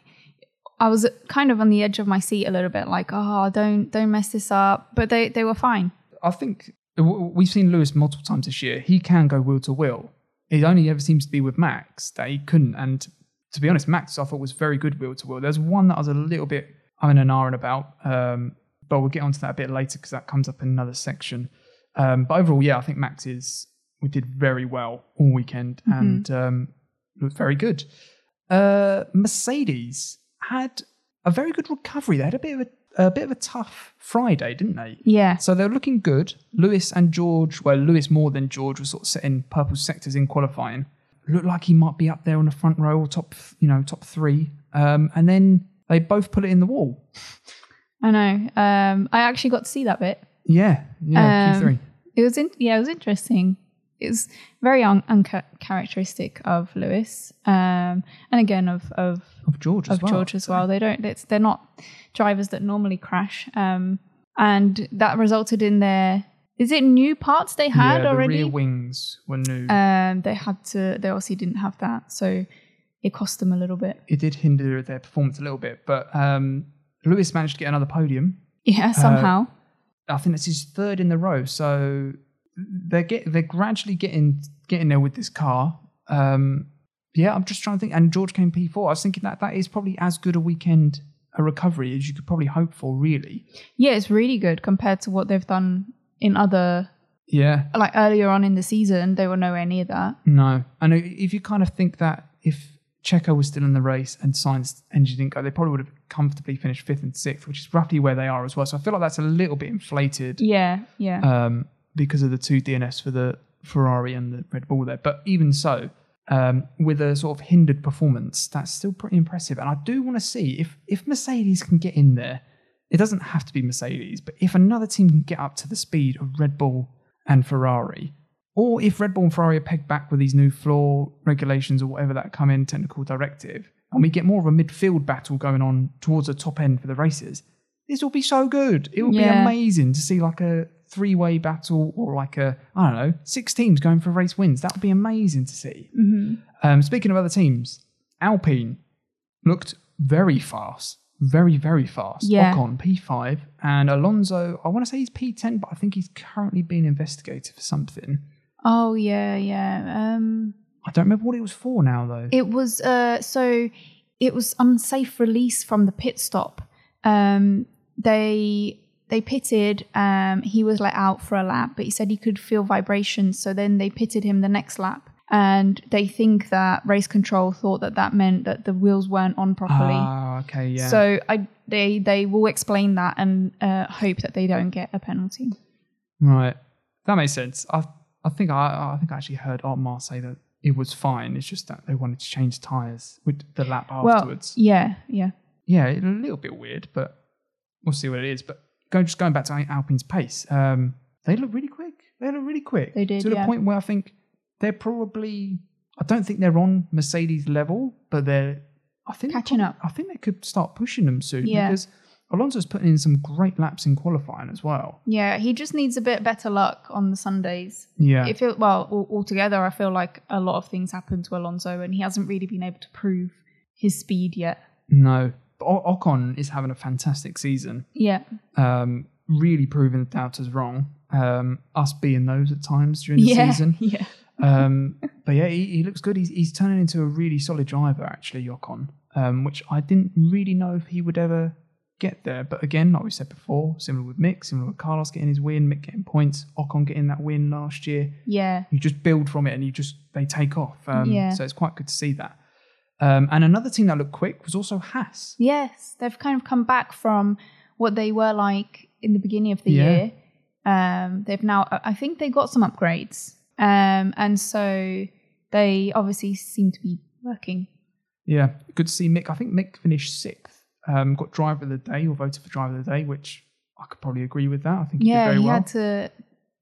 Speaker 2: I was kind of on the edge of my seat a little bit, like, oh, don't don't mess this up. But they they were fine.
Speaker 1: I think w- w- we've seen Lewis multiple times this year. He can go wheel to wheel. It only ever seems to be with Max that he couldn't. And to be honest, Max I thought was very good wheel to wheel. There's one that I was a little bit I'm in an iron about, um, but we'll get onto that a bit later because that comes up in another section. Um, but overall, yeah, I think Max is we did very well all weekend and um, looked very good. Uh, Mercedes had a very good recovery. They had a bit of a, a bit of a tough Friday, didn't they?
Speaker 2: Yeah,
Speaker 1: So they're looking good. Lewis and George, well, Lewis more than George was sort of setting purple sectors in qualifying. Looked like he might be up there on the front row or top, you know, top three. Um, and then they both put it in the wall.
Speaker 2: I know. Um, I actually got to see that bit.
Speaker 1: Yeah, yeah,
Speaker 2: Um,
Speaker 1: Q3.
Speaker 2: It was in, yeah, it was interesting. It was very un- uncharacteristic of Lewis, um, and again of of,
Speaker 1: Of George as
Speaker 2: of
Speaker 1: well.
Speaker 2: George as well. They don't. It's, they're not drivers that normally crash, um, and that resulted in their Is it new parts they had
Speaker 1: yeah, the
Speaker 2: already?
Speaker 1: rear wings were new.
Speaker 2: um, they had to. They obviously didn't have that, so it cost them a little bit.
Speaker 1: it did hinder their performance a little bit, but um, Lewis managed to get another podium. Uh,
Speaker 2: Yeah, somehow.
Speaker 1: I think this is third in the row. So they're get they're gradually getting getting there with this car. Um, yeah, I'm just trying to think. And George came P4. I was thinking that that is probably as good a weekend a recovery as you could probably hope for, really.
Speaker 2: yeah, it's really good compared to what they've done in other.
Speaker 1: Yeah,
Speaker 2: Like earlier on in the season, they were nowhere near that.
Speaker 1: no. And i- if you kind of think that if Checo was still in the race and Sainz engine didn't go, they probably would have comfortably finished fifth and sixth, which is roughly where they are as well. So I feel like that's a little bit inflated.
Speaker 2: Yeah, yeah.
Speaker 1: um, because of the two DNS for the Ferrari and the Red Bull there. But even so, um, with a sort of hindered performance, that's still pretty impressive. And I do want to see if if Mercedes can get in there. It doesn't have to be Mercedes, but if another team can get up to the speed of Red Bull and Ferrari, or if Red Bull and Ferrari are pegged back with these new floor regulations or whatever that come in technical directive, and we get more of a midfield battle going on towards the top end for the races, this will be so good. It will be
Speaker 2: Yeah.
Speaker 1: amazing to see like a three way battle or like a, I don't know, six teams going for race wins. That would be amazing to see.
Speaker 2: hmm
Speaker 1: Um, speaking of other teams, Alpine looked very fast, very, very fast.
Speaker 2: Yeah.
Speaker 1: Ocon, P5, and Alonso, I want to say he's P10, but I think he's currently being investigated for something.
Speaker 2: Oh yeah, yeah. Um,
Speaker 1: I don't remember what it was for now, though.
Speaker 2: It was uh, so it was unsafe release from the pit stop. Um, they they pitted. Um, he was let out for a lap, but he said he could feel vibrations. So then they pitted him the next lap, and they think that race control thought that that meant that the wheels weren't on properly.
Speaker 1: Ah, okay, yeah.
Speaker 2: So I they they will explain that and uh, hope that they don't get a penalty.
Speaker 1: right. That makes sense. I I think I I think I actually heard Otmar say that it was fine. It's just that they wanted to change tyres with the lap afterwards.
Speaker 2: Well, yeah, yeah.
Speaker 1: yeah, a little bit weird, but we'll see what it is. But going just going back to Alpine's pace, um, they look really quick. They look really quick.
Speaker 2: They did,
Speaker 1: to
Speaker 2: yeah.
Speaker 1: the point where I think they're probably. I don't think they're on Mercedes level, but they're. I think they're
Speaker 2: Catching
Speaker 1: prob-
Speaker 2: up.
Speaker 1: I think they could start pushing them soon
Speaker 2: Yeah.
Speaker 1: because Alonso's putting in some great laps in qualifying as well.
Speaker 2: Yeah, he just needs a bit better luck on the Sundays.
Speaker 1: Yeah,
Speaker 2: It feel well al- altogether. I feel like a lot of things happened to Alonso, and he hasn't really been able to prove his speed yet.
Speaker 1: no. But O- Ocon is having a fantastic season.
Speaker 2: Yeah,
Speaker 1: Um, really proving the doubters wrong. Um, us being those at times during the
Speaker 2: yeah,
Speaker 1: season.
Speaker 2: yeah.
Speaker 1: Um, but yeah, he, he looks good. He's, he's turning into a really solid driver, actually, Yokon, um, which I didn't really know if he would ever get there. But again, like we said before, similar with Mick, similar with Carlos getting his win, Mick getting points, Ocon getting that win last year.
Speaker 2: yeah.
Speaker 1: You just build from it and you just, they take off. Um,
Speaker 2: Yeah.
Speaker 1: So it's quite good to see that. Um, and another team that looked quick was also Haas.
Speaker 2: Yes, they've kind of come back from what they were like in the beginning of the
Speaker 1: Yeah.
Speaker 2: year. Um, they've now, I I think they got some upgrades, um, and so they obviously seem to be working.
Speaker 1: Yeah, good to see Mick. I think Mick finished sixth. Um, got driver of the day or voted for driver of the day, which I could probably agree with that. I think he did
Speaker 2: Yeah,
Speaker 1: very
Speaker 2: he
Speaker 1: well.
Speaker 2: had to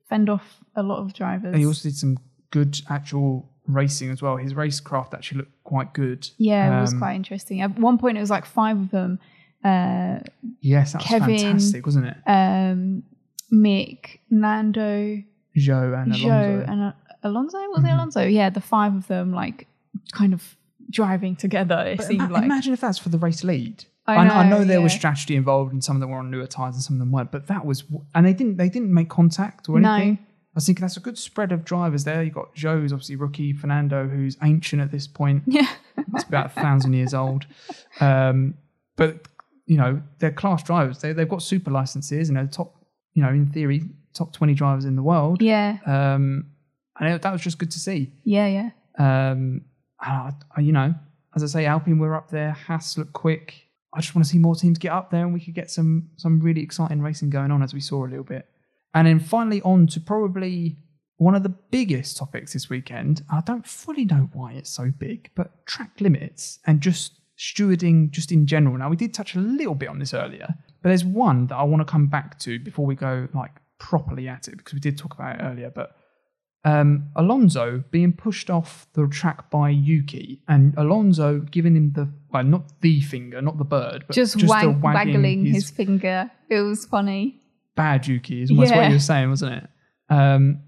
Speaker 2: fend off a lot of drivers.
Speaker 1: He also did some good actual racing as well. His racecraft actually looked quite good.
Speaker 2: yeah, it was
Speaker 1: Um,
Speaker 2: quite interesting. At one point, it was like five of them. Uh,
Speaker 1: Yes, that was
Speaker 2: Kevin-
Speaker 1: fantastic, wasn't it?
Speaker 2: um, Mick, Nando,
Speaker 1: Joe and Alonso.
Speaker 2: Joe, and uh, Alonso. Was it
Speaker 1: Mhm.
Speaker 2: Alonso? Yeah, the five of them, like, kind of driving together. It
Speaker 1: But
Speaker 2: seemed
Speaker 1: ima-
Speaker 2: like.
Speaker 1: imagine if that's for the race lead.
Speaker 2: I
Speaker 1: I know, I know there was
Speaker 2: yeah.
Speaker 1: strategy involved, and some of them were on newer tires and some of them weren't. But that was, and they didn't they didn't make contact or
Speaker 2: No.
Speaker 1: anything. I was thinking that's a good spread of drivers there. You have got Joe, who's obviously rookie, Fernando, who's ancient at this point.
Speaker 2: Yeah.
Speaker 1: must be about a thousand years old. Um, but you know, they're class drivers. They they've got super licenses and they're top, you know, in theory, top twenty drivers in the world.
Speaker 2: Yeah,
Speaker 1: Um, and it- that was just good to see.
Speaker 2: yeah, yeah.
Speaker 1: Um, and I- you know, as I say, Alpine were up there. Haas looked quick. I just want to see more teams get up there, and we could get some some really exciting racing going on, as we saw a little bit. And then finally, on to probably one of the biggest topics this weekend. I don't fully know why it's so big, but track limits and just stewarding, just in general. Now we did touch a little bit on this earlier, but there's one that I want to come back to before we go like properly at it because we did talk about it earlier, but um, Alonso being pushed off the track by Yuki, and Alonso giving him the well, not the finger, not the bird, but
Speaker 2: Just,
Speaker 1: the
Speaker 2: wag-
Speaker 1: wagging
Speaker 2: waggling his finger. It was funny.
Speaker 1: bad Yuki is almost
Speaker 2: Yeah.
Speaker 1: what you were saying, wasn't it? Um,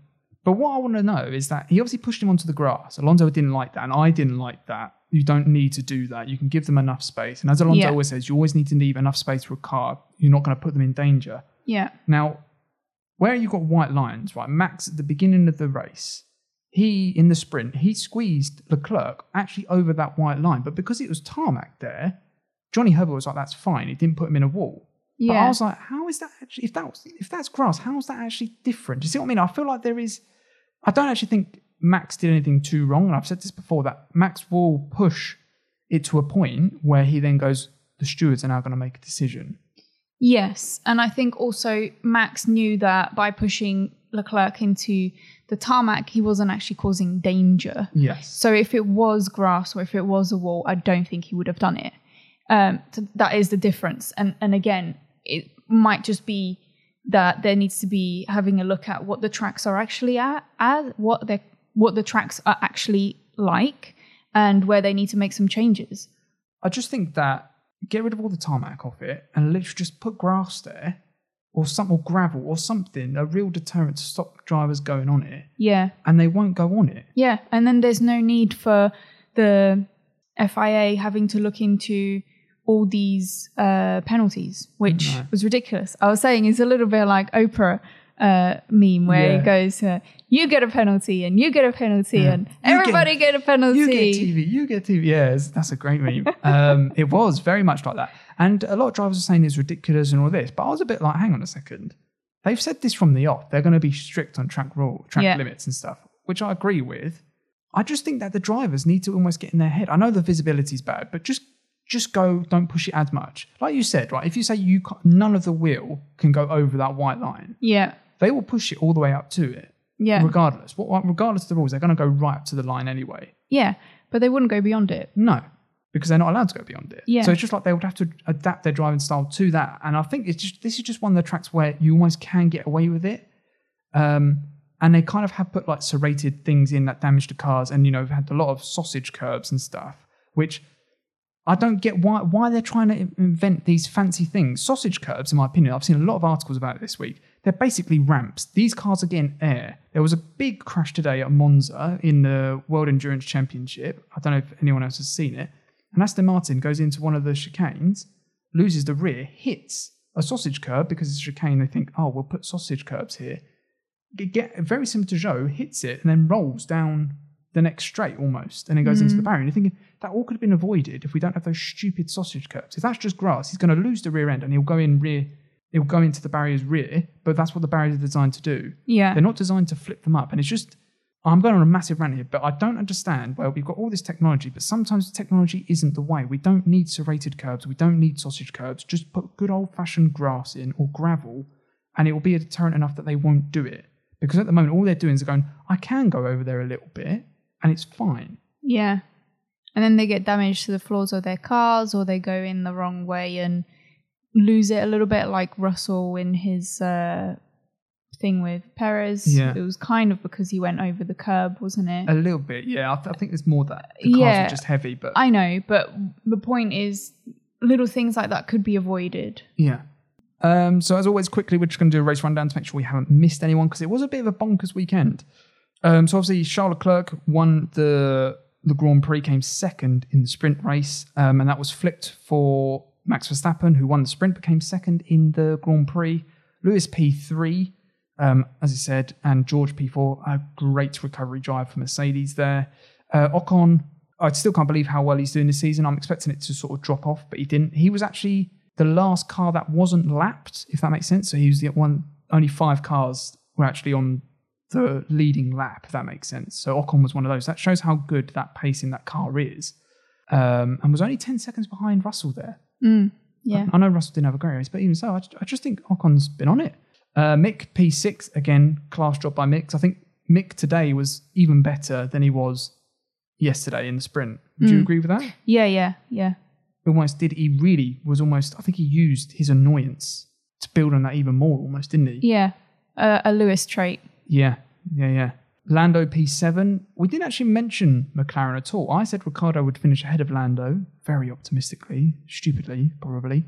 Speaker 1: but what I want to know is that he obviously pushed him onto the grass. Alonso didn't like that, and I didn't like that. You don't need to do that. You can give them enough space. And as Alonso
Speaker 2: Yeah.
Speaker 1: always says, you always need to leave enough space for a car. You're not going to put them in danger.
Speaker 2: Yeah.
Speaker 1: Now, where you got white lines, right? Max at the beginning of the race, he in the sprint, he squeezed Leclerc actually over that white line, but because it was tarmac there, Johnny Herbert was like, "That's fine." He didn't put him in a wall. But I
Speaker 2: Yeah.
Speaker 1: was like, "How is that actually? If that was, if that's grass, how is that actually different?" Do you see what I mean? I feel like there is. I don't actually think Max did anything too wrong, and I've said this before that Max will push it to a point where he then goes, "The stewards are now going to make a decision."
Speaker 2: Yes, and I think also Max knew that by pushing Leclerc into the tarmac, he wasn't actually causing danger.
Speaker 1: Yes.
Speaker 2: So if it was grass or if it was a wall, I don't think he would have done it. Um, so that is the difference. And and again, it might just be that there needs to be having a look at what the tracks are actually at, at what they what the tracks are actually like, and where they need to make some changes.
Speaker 1: I just think that get rid of all the tarmac off it and literally just put grass there or some or gravel or something, a real deterrent to stop drivers going on it
Speaker 2: Yeah.
Speaker 1: and they won't go on it.
Speaker 2: Yeah, and then there's no need for the FIA having to look into all these uh, penalties, which
Speaker 1: No.
Speaker 2: was ridiculous. I was saying it's a little bit like Oprah uh, meme where
Speaker 1: Yeah.
Speaker 2: it goes, uh, "You get a penalty, and you get a penalty,
Speaker 1: Yeah.
Speaker 2: and
Speaker 1: You get-
Speaker 2: everybody get, a penalty."
Speaker 1: You get TV, you get TV. Yes, that's a great meme. um, it was very much like that. And a lot of drivers are saying it's ridiculous and all this, but I was a bit like, hang on a second. They've said this from the off. They're going to be strict on track rule, track
Speaker 2: Yeah.
Speaker 1: limits and stuff, which I agree with. I just think that the drivers need to almost get in their head. I know the visibility's bad, but just just go, don't push it as much. Like you said, right? If you say you can't, none of the wheel can go over that white line,
Speaker 2: Yeah,
Speaker 1: they will push it all the way up to it,
Speaker 2: yeah,
Speaker 1: regardless. What, what- regardless of the rules, they're going to go right up to the line anyway.
Speaker 2: yeah, but they wouldn't go beyond it.
Speaker 1: No, because they're not allowed to go beyond it.
Speaker 2: Yeah.
Speaker 1: So it's just like they would have to adapt their driving style to that. And I think it's just this is just one of the tracks where you almost can get away with it. Um, and they kind of have put like serrated things in that damage the cars, and you know had a lot of sausage curbs and stuff, which. I don't get why why they're trying to in- invent these fancy things. Sausage curbs, in my opinion, I've seen a lot of articles about it this week. They're basically ramps. These cars are getting air. There was a big crash today at Monza in the World Endurance Championship. I don't know if anyone else has seen it. And Aston Martin goes into one of the chicanes, loses the rear, hits a sausage curb because it's a chicane. They think, oh, we'll put sausage curbs here. Get, get very similar to Joe, hits it and then rolls down the next straight almost, and then goes into the barrier. And you're thinking that all could have been avoided if we don't have those stupid sausage curbs. If that's just grass, he's going to lose the rear end and he'll go in rear. He'll go into the barrier's rear, but that's what the barriers are designed to do.
Speaker 2: Yeah,
Speaker 1: They're not designed to flip them up. And it's just, I'm going on a massive rant here, but I don't understand. Well, we've got all this technology, but sometimes technology isn't the way. We don't need serrated curbs. We don't need sausage curbs. Just put good old fashioned grass in or gravel, and it will be a deterrent enough that they won't do it. Because at the moment, all they're doing is going, I can go over there a little bit, and it's fine.
Speaker 2: yeah. And then they get damage to the floors of their cars, or they go in the wrong way and lose it a little bit, like Russell in his uh, thing with Perez.
Speaker 1: Yeah.
Speaker 2: It was kind of because he went over the curb, wasn't it?
Speaker 1: A little bit, yeah. I, th- I think there's more that. The cars
Speaker 2: Yeah.
Speaker 1: are just heavy, but
Speaker 2: I know, but the point is, little things like that could be avoided.
Speaker 1: Yeah. Um, so as always, quickly, we're just going to do a race rundown to make sure we haven't missed anyone because it was a bit of a bonkers weekend. Um, so obviously, Charles Leclerc won the the Grand Prix, came second in the sprint race, um, and that was flipped for Max Verstappen, who won the sprint but came second in the Grand Prix. Lewis P three, um, as I said, and George P four, a great recovery drive for Mercedes there. Uh, Ocon, I still can't believe how well he's doing this season. I'm expecting it to sort of drop off, but he didn't. He was actually the last car that wasn't lapped, if that makes sense. So he was the one, only five cars were actually on the leading lap, if that makes sense. So Ocon was one of those. That shows how good that pace in that car is. Um, and was only 10 seconds behind Russell there.
Speaker 2: Mm. Yeah.
Speaker 1: I know Russell didn't have a great race, but even so, I, ju- I just think Ocon's been on it. Uh, Mick P6 again, class drop by Mick. I think Mick today was even better than he was yesterday in the sprint. Would you agree with that?
Speaker 2: Yeah, yeah, yeah.
Speaker 1: Almost did he really was almost. I think he used his annoyance to build on that even more, almost didn't he?
Speaker 2: Yeah. Uh, a Lewis trait.
Speaker 1: Yeah, yeah, yeah. Lando P7. We didn't actually mention McLaren at all. I said Ricardo would finish ahead of Lando, very optimistically, stupidly, probably.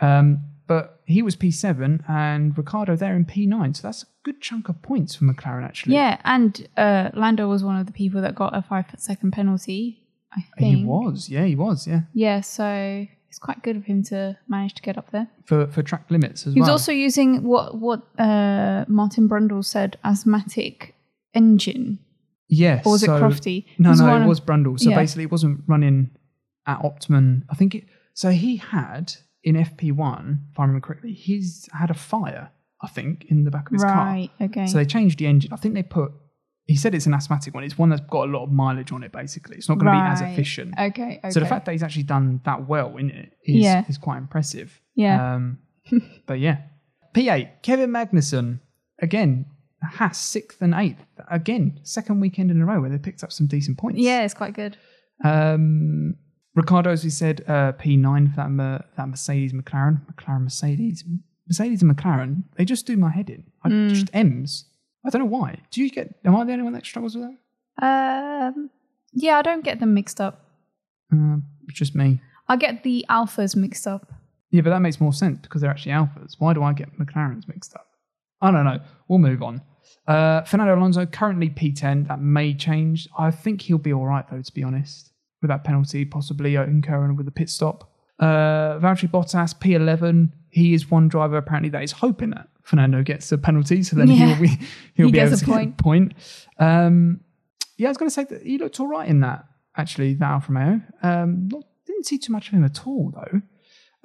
Speaker 1: Um, but he was P7 and Ricardo there in P9. So that's a good chunk of points for McLaren, actually.
Speaker 2: Yeah, and uh, Lando was one of the people that got a five second penalty. I think
Speaker 1: He was. Yeah, he was. Yeah.
Speaker 2: Yeah, so it's quite good of him to manage to get up there.
Speaker 1: For, for track limits as
Speaker 2: He was
Speaker 1: well.
Speaker 2: also using what what uh, Martin Brundle said asthmatic engine,
Speaker 1: yes.
Speaker 2: or was
Speaker 1: so-
Speaker 2: it Crofty?
Speaker 1: No, no, it
Speaker 2: one of-
Speaker 1: was Brundle. So
Speaker 2: yeah.
Speaker 1: basically, it wasn't running at Optimum. I think it. So he had in FP1, if I remember correctly, he's had a fire, I think, in the back of his
Speaker 2: right. Okay.
Speaker 1: car. So they changed the engine. I think they put. He said it's an asthmatic one. It's one that's got a lot of mileage on it. Basically, it's not going to be as
Speaker 2: Right.
Speaker 1: efficient.
Speaker 2: okay. Okay.
Speaker 1: So the fact that he's actually done that well in it is,
Speaker 2: Yeah.
Speaker 1: is quite impressive.
Speaker 2: yeah.
Speaker 1: Um, but yeah. P8, Kevin Magnussen. Again, Haas sixth and eighth. Again, second weekend in a row where they picked up some decent points.
Speaker 2: yeah, it's quite good.
Speaker 1: Um, Ricardo, as we said, uh, P9 for that, Mer- that Mercedes McLaren. McLaren Mercedes. Mercedes and McLaren, they just do my head in. I,
Speaker 2: Hmm.
Speaker 1: Just M's. I don't know why. Do you get, am I the only one that struggles with that?
Speaker 2: Um, yeah, I don't get them mixed up.
Speaker 1: Uh, it's just me.
Speaker 2: I get the alphas mixed up.
Speaker 1: Yeah, but that makes more sense because they're actually alphas. Why do I get McLarens mixed up? I don't know. We'll move on. Uh, Fernando Alonso currently P10. That may change. I think he'll be all right though, to be honest, with that penalty possibly uh, incurring with the pit stop. Uh, Valtteri Bottas P11. He is one driver apparently that is hoping that Fernando gets a penalty, so then
Speaker 2: Yeah.
Speaker 1: he'll be he'll
Speaker 2: He
Speaker 1: be
Speaker 2: gets
Speaker 1: able
Speaker 2: a
Speaker 1: to get
Speaker 2: point.
Speaker 1: a point. Um, yeah, I was going to say that he looked all right in that actually. That Alfa Romeo. Um, not, didn't see too much of him at all though.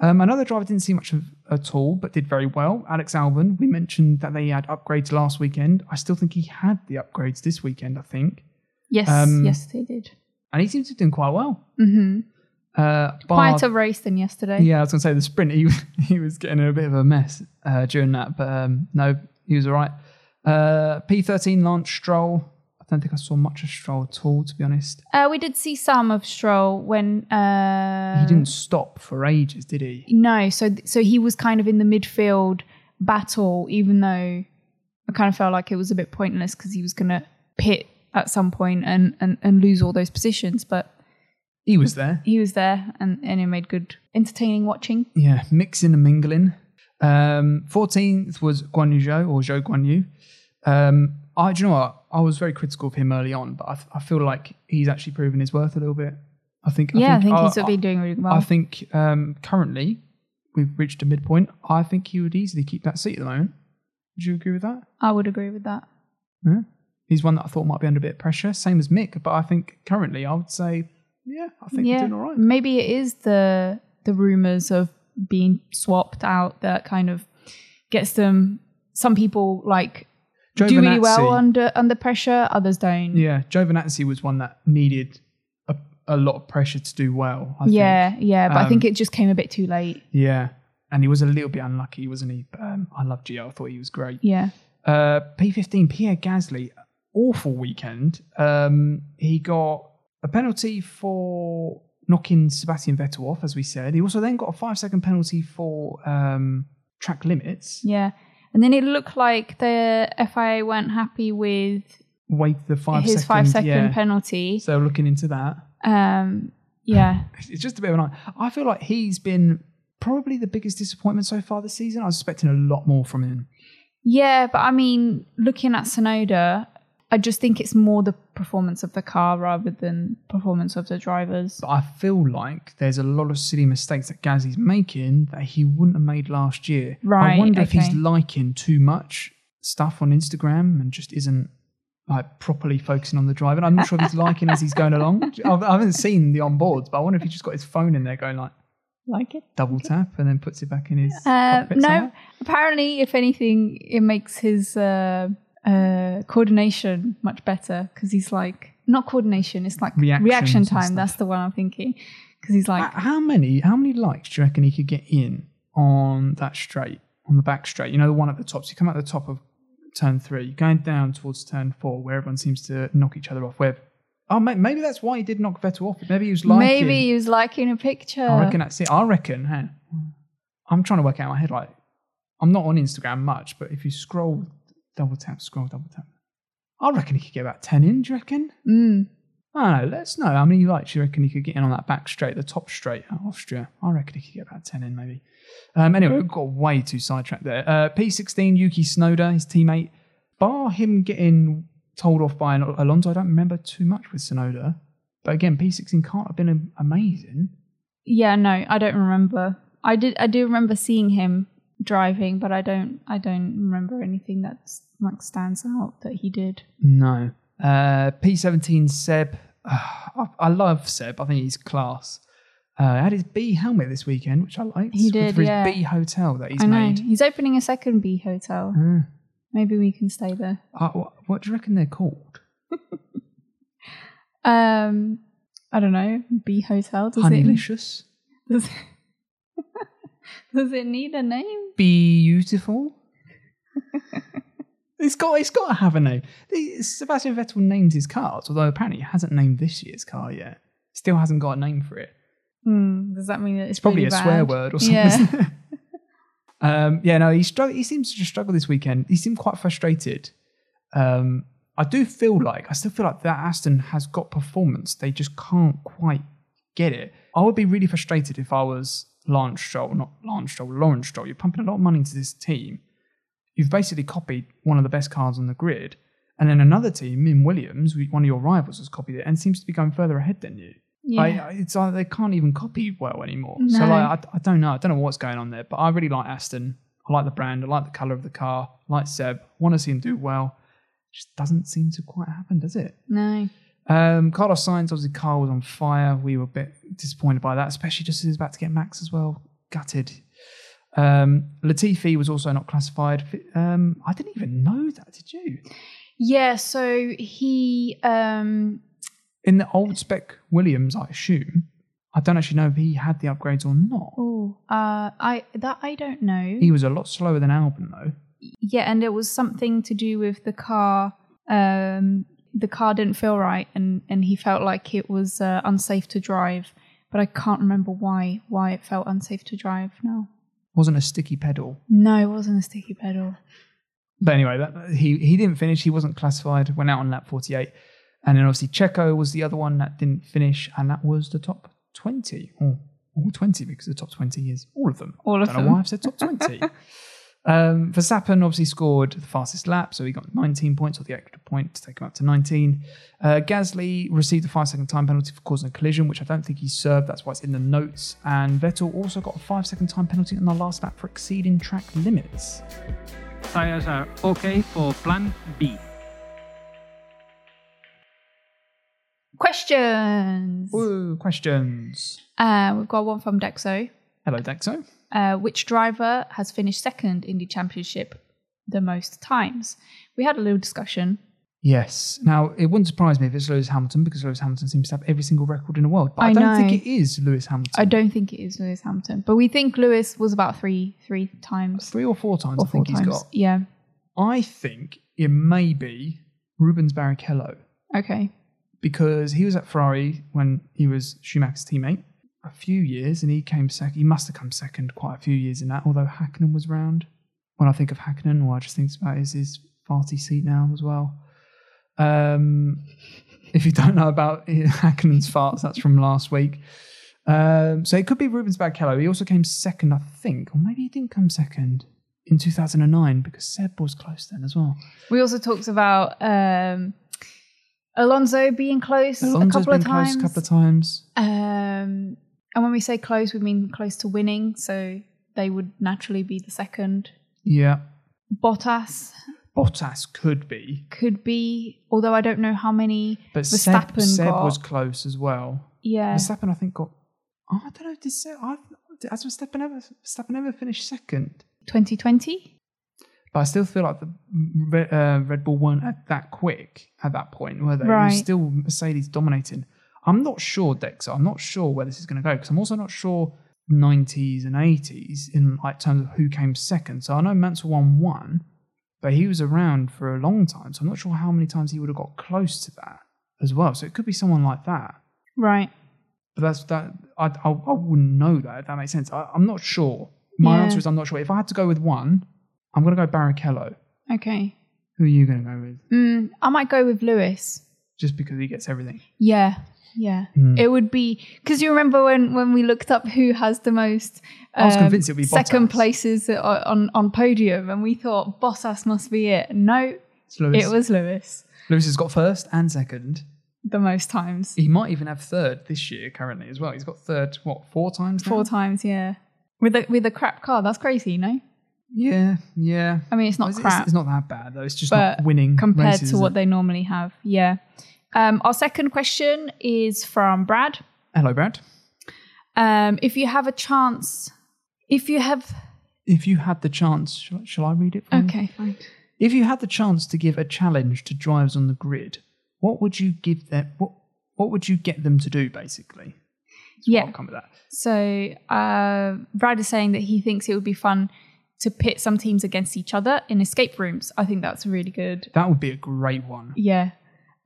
Speaker 1: Um, another driver didn't see much of at all, but did very well. Alex Albon, we mentioned that they had upgrades last weekend. I still think he had the upgrades this weekend, I think.
Speaker 2: Yes,
Speaker 1: Um,
Speaker 2: yes, they did.
Speaker 1: And he seems to have done quite well.
Speaker 2: Mm-hmm.
Speaker 1: Uh, bar-
Speaker 2: Quieter race than yesterday.
Speaker 1: yeah, I was going to say the sprint, he, he was getting in a bit of a mess uh, during that, but um, no, he was all right. Uh, P13 Lance Stroll. I don't think I saw much of Stroll at all, to be honest.
Speaker 2: Uh, we did see some of Stroll when uh,
Speaker 1: He didn't stop for ages, did he?
Speaker 2: No, so th- so he was kind of in the midfield battle, even though I kind of felt like it was a bit pointless because he was going to pit at some point and, and and lose all those positions. But
Speaker 1: He was there.
Speaker 2: he was there and and it made good, entertaining watching.
Speaker 1: Yeah, mixing and mingling. Um, 14th was Guan Yu Zhou or Zhou Guan Yu. Um, I, do you know what? I was very critical of him early on, but I, I feel like he's actually proven his worth a little bit. I think.
Speaker 2: yeah, I think
Speaker 1: I-
Speaker 2: he's
Speaker 1: I-
Speaker 2: been doing really well.
Speaker 1: I think um, currently we've reached a midpoint. I think he would easily keep that seat at the moment. Would you agree with that?
Speaker 2: I would agree with that.
Speaker 1: No. He's one that I thought might be under a bit of pressure, same as Mick. But I think currently, I would say, yeah, I think we're
Speaker 2: yeah,
Speaker 1: doing all right.
Speaker 2: maybe it is the the rumors of being swapped out that kind of gets them. Some people like do really well
Speaker 1: Giovinazzi-
Speaker 2: under under pressure, others don't.
Speaker 1: Yeah, Giovinazzi was one that needed a, a lot of pressure to do well. I
Speaker 2: yeah,
Speaker 1: Think.
Speaker 2: yeah, but I think
Speaker 1: Um,
Speaker 2: it just came a bit too late.
Speaker 1: Yeah. And he was a little bit unlucky, wasn't he? But, um, I love Gio. I thought he was great.
Speaker 2: Yeah,
Speaker 1: Uh, P15, Pierre Gasly, awful weekend. Um, he got a penalty for knocking Sebastian Vettel off, as we said. He also then got a five second penalty for um, track limits.
Speaker 2: yeah. And then it looked like the FIA weren't happy with
Speaker 1: Wait, the five
Speaker 2: his
Speaker 1: second-
Speaker 2: five second
Speaker 1: yeah.
Speaker 2: penalty.
Speaker 1: So looking into that.
Speaker 2: Um, yeah,
Speaker 1: It's just a bit of an. I feel like he's been probably the biggest disappointment so far this season. I was expecting a lot more from him.
Speaker 2: yeah. But I mean, looking at Sonoda, I just think it's more the performance of the car rather than performance of the drivers.
Speaker 1: But I feel like there's a lot of silly mistakes that Gazzy's making that he wouldn't have made last year. I
Speaker 2: Right,
Speaker 1: wonder if he's
Speaker 2: okay.
Speaker 1: liking too much stuff on Instagram and just isn't like properly focusing on the drive. And I'm not sure if he's liking as he's going along. I I haven't seen the onboards, but I wonder if he's just got his phone in there going like
Speaker 2: Like it?
Speaker 1: double tap and then puts it back in his.
Speaker 2: Uh,
Speaker 1: cockpit
Speaker 2: no.
Speaker 1: somewhere.
Speaker 2: Apparently, if anything, it makes his uh, uh, coordination much better because he's like not coordination. It's like
Speaker 1: Reactions
Speaker 2: reaction
Speaker 1: and
Speaker 2: time.
Speaker 1: stuff.
Speaker 2: That's the one I'm thinking because he's like
Speaker 1: H- how many how many likes do you reckon he could get in on that straight on the back straight you know the one at the top so you come out the top of turn three going down towards turn four where everyone seems to knock each other off where oh ma- maybe that's why he did knock Vettel off maybe he was liking
Speaker 2: maybe uh, he was liking a picture.
Speaker 1: I reckon that's it I reckon hey, I'm trying to work out in my head like I'm not on Instagram much but if you scroll double tap scroll double tap I reckon he could get about 10 in do you reckon
Speaker 2: Mm.
Speaker 1: I don't know, let's know how many likes you reckon he could get in on that back straight, the top straight at Austria. I reckon he could get about 10 in, maybe. Um, anyway, we've got way too sidetracked there. Uh, P16, Yuki Snowda, his teammate, bar him getting told off by Al- Alonso, I don't remember too much with Sonoda. But again, P16 can't have been am- amazing.
Speaker 2: Yeah, no, I don't remember. I did. I do remember seeing him driving, but I don't. I don't remember anything that's like stands out that he did.
Speaker 1: No. Uh, P17 Seb. Ah, I, I love Seb. I think he's class. Uh, had his B helmet this weekend, which I liked.
Speaker 2: He
Speaker 1: with-
Speaker 2: did,
Speaker 1: for his
Speaker 2: yeah.
Speaker 1: B hotel that he's
Speaker 2: I know Ah.
Speaker 1: made.
Speaker 2: he's opening a second B hotel.
Speaker 1: Uh,
Speaker 2: Maybe we can stay there.
Speaker 1: uh, what, what do you reckon they're called?
Speaker 2: Um, I don't know B hotel. Does it,
Speaker 1: Honeylicious.
Speaker 2: does, it- does it need a name?
Speaker 1: Beautiful. it's got. It's got to have a name. The- Sebastian Vettel names his cars, although apparently he hasn't named this year's car yet. Still hasn't got a name for it.
Speaker 2: Hmm, does that mean that it's,
Speaker 1: It's probably
Speaker 2: really
Speaker 1: a swear
Speaker 2: bad?
Speaker 1: word or something.
Speaker 2: Yeah.
Speaker 1: um, yeah, no, he strugg- He seems to just struggle this weekend. He seemed quite frustrated. Um, I do feel like I still feel like that Aston has got performance. They just can't quite get it. I would be really frustrated if I was Lance Stroll, not Lance Stroll, Lawrence Stroll. You're pumping a lot of money into this team. You've basically copied one of the best cars on the grid, and then another team in Williams, one of your rivals, has copied it and seems to be going further ahead than you.
Speaker 2: yeah.
Speaker 1: I- uh, I, it's like they can't even copy well anymore. So
Speaker 2: No.
Speaker 1: like, I, I don't know. I don't know what's going on there, but I really like Aston. I like the brand. I like the color of the car. I like Seb. Want to see him do well. Just doesn't seem to quite happen, does it?
Speaker 2: no.
Speaker 1: Um, Carlos Sainz, obviously, Carl was on fire. We were a bit disappointed by that, especially just as he was about to get Max as well. Gutted. Um, Latifi was also not classified. Um, I didn't even know that, did you?
Speaker 2: Yeah. So he. Um,
Speaker 1: In the old spec Williams, I assume. I don't actually know if he had the upgrades or not.
Speaker 2: oh. Uh. I that I don't know.
Speaker 1: He was a lot slower than Albon, though.
Speaker 2: yeah and it was something to do with the car um the car didn't feel right and and he felt like it was uh, unsafe to drive but i can't remember why why it felt unsafe to drive now
Speaker 1: Wasn't a sticky pedal.
Speaker 2: no it wasn't a sticky pedal
Speaker 1: But anyway, that, he he didn't finish. He wasn't classified. Went out on lap 48, and then obviously Checo was the other one that didn't finish, and that was the top 20 or all 20 because the top 20 is all of them.
Speaker 2: all of
Speaker 1: don't know why I've said top 20. um, Verstappen obviously scored the fastest lap, so he got 19 points or the extra point to take him up to 19. Uh, Gasly received a five second time penalty for causing a collision, which I don't think he served. That's why it's in the notes. And Vettel also got a five second time penalty on the last lap for exceeding track limits.
Speaker 3: Tires are okay for plan B.
Speaker 2: questions
Speaker 1: Woo, questions.
Speaker 2: uh we've got one from dexo
Speaker 1: Hello, Dexo.
Speaker 2: uh, which driver has finished second in the championship the most times we had a little discussion
Speaker 1: Yes. Now, it wouldn't surprise me if it's Lewis Hamilton because Lewis Hamilton seems to have every single record in the world. But I,
Speaker 2: I
Speaker 1: don't
Speaker 2: know.
Speaker 1: think it is Lewis Hamilton.
Speaker 2: i don't think it is lewis hampton but we think lewis was about three three times
Speaker 1: Three or four times,
Speaker 2: or
Speaker 1: I
Speaker 2: four
Speaker 1: think
Speaker 2: times
Speaker 1: he's got.
Speaker 2: yeah
Speaker 1: I think it may be Rubens Barrichello
Speaker 2: Okay.
Speaker 1: because he was at Ferrari when he was Schumacher's teammate a few years and he came second. He must have come second quite a few years in that, although Hakkinen was round. When I think of Hakkinen, all I just think about is his farty seat now as well. Um, if you don't know about Hakkinen's farts, that's from last week. Um, so it could be Rubens Barrichello. He also came second, I think, or maybe he didn't come second in 2009 because Seb was close then as well.
Speaker 2: We also talked about um, Alonso being close a
Speaker 1: Alonso's
Speaker 2: couple
Speaker 1: been
Speaker 2: of
Speaker 1: close
Speaker 2: times.
Speaker 1: a couple of times.
Speaker 2: um, and when we say close, we mean close to winning. So they would naturally be the second.
Speaker 1: Yeah.
Speaker 2: Bottas
Speaker 1: Bottas could be,
Speaker 2: could be, although I don't know how many.
Speaker 1: but Seb,
Speaker 2: Verstappen
Speaker 1: Seb
Speaker 2: got-
Speaker 1: was close as well.
Speaker 2: Yeah.
Speaker 1: Verstappen, I think, got. Oh, I don't know. Did Seb, I, has Verstappen ever, Verstappen ever finished second?
Speaker 2: 2020?
Speaker 1: But I still feel like the Red, uh, Red Bull weren't at that quick at that point, were they? It
Speaker 2: Right.
Speaker 1: was still Mercedes dominating. I'm not sure, Dexa. I'm not sure where this is going to go because I'm also not sure 90s and 80s in like terms of who came second. So I know Mansell won one, but he was around for a long time. So I'm not sure how many times he would have got close to that as well. So it could be someone like that.
Speaker 2: Right.
Speaker 1: But that's that. I I, I wouldn't know that. If that makes sense. I, I'm not sure. My
Speaker 2: Yeah.
Speaker 1: answer is I'm not sure. If I had to go with one, I'm going to go Barrichello.
Speaker 2: Okay.
Speaker 1: Who are you going to go with?
Speaker 2: Mm, I might go with Lewis.
Speaker 1: just because he gets everything.
Speaker 2: Yeah, yeah.
Speaker 1: Hmm.
Speaker 2: It would be because you remember when when we looked up who has the most. um,
Speaker 1: I was convinced it'd be
Speaker 2: second
Speaker 1: Bottas.
Speaker 2: places o- on on podium, and we thought Bottas must be it. No,
Speaker 1: It's Lewis.
Speaker 2: it was Lewis
Speaker 1: Lewis has got first and second.
Speaker 2: the most times,
Speaker 1: He might even have third this year currently as well. He's got third what four times now?
Speaker 2: four times. Yeah, with a with a crap car. That's crazy, no?
Speaker 1: Yeah, yeah.
Speaker 2: I mean, it's not
Speaker 1: It's, it's-
Speaker 2: crap.
Speaker 1: it's not that bad though. It's just
Speaker 2: but
Speaker 1: not winning
Speaker 2: compared
Speaker 1: races,
Speaker 2: to
Speaker 1: is
Speaker 2: what
Speaker 1: it?
Speaker 2: they normally have. Yeah. Um, our second question is from Brad.
Speaker 1: Hello, Brad.
Speaker 2: Um, if you have a chance, if you have, um,
Speaker 1: If you had the chance, shall, shall I read it? For you?
Speaker 2: okay, fine.
Speaker 1: If you had the chance to give a challenge to drivers on the grid, what would you give them? What what would you get them to do basically? That's what
Speaker 2: Yeah.
Speaker 1: I'll come with that.
Speaker 2: So uh, Brad is saying that he thinks it would be fun to pit some teams against each other in escape rooms. I think that's really good.
Speaker 1: That would be a great one.
Speaker 2: Yeah.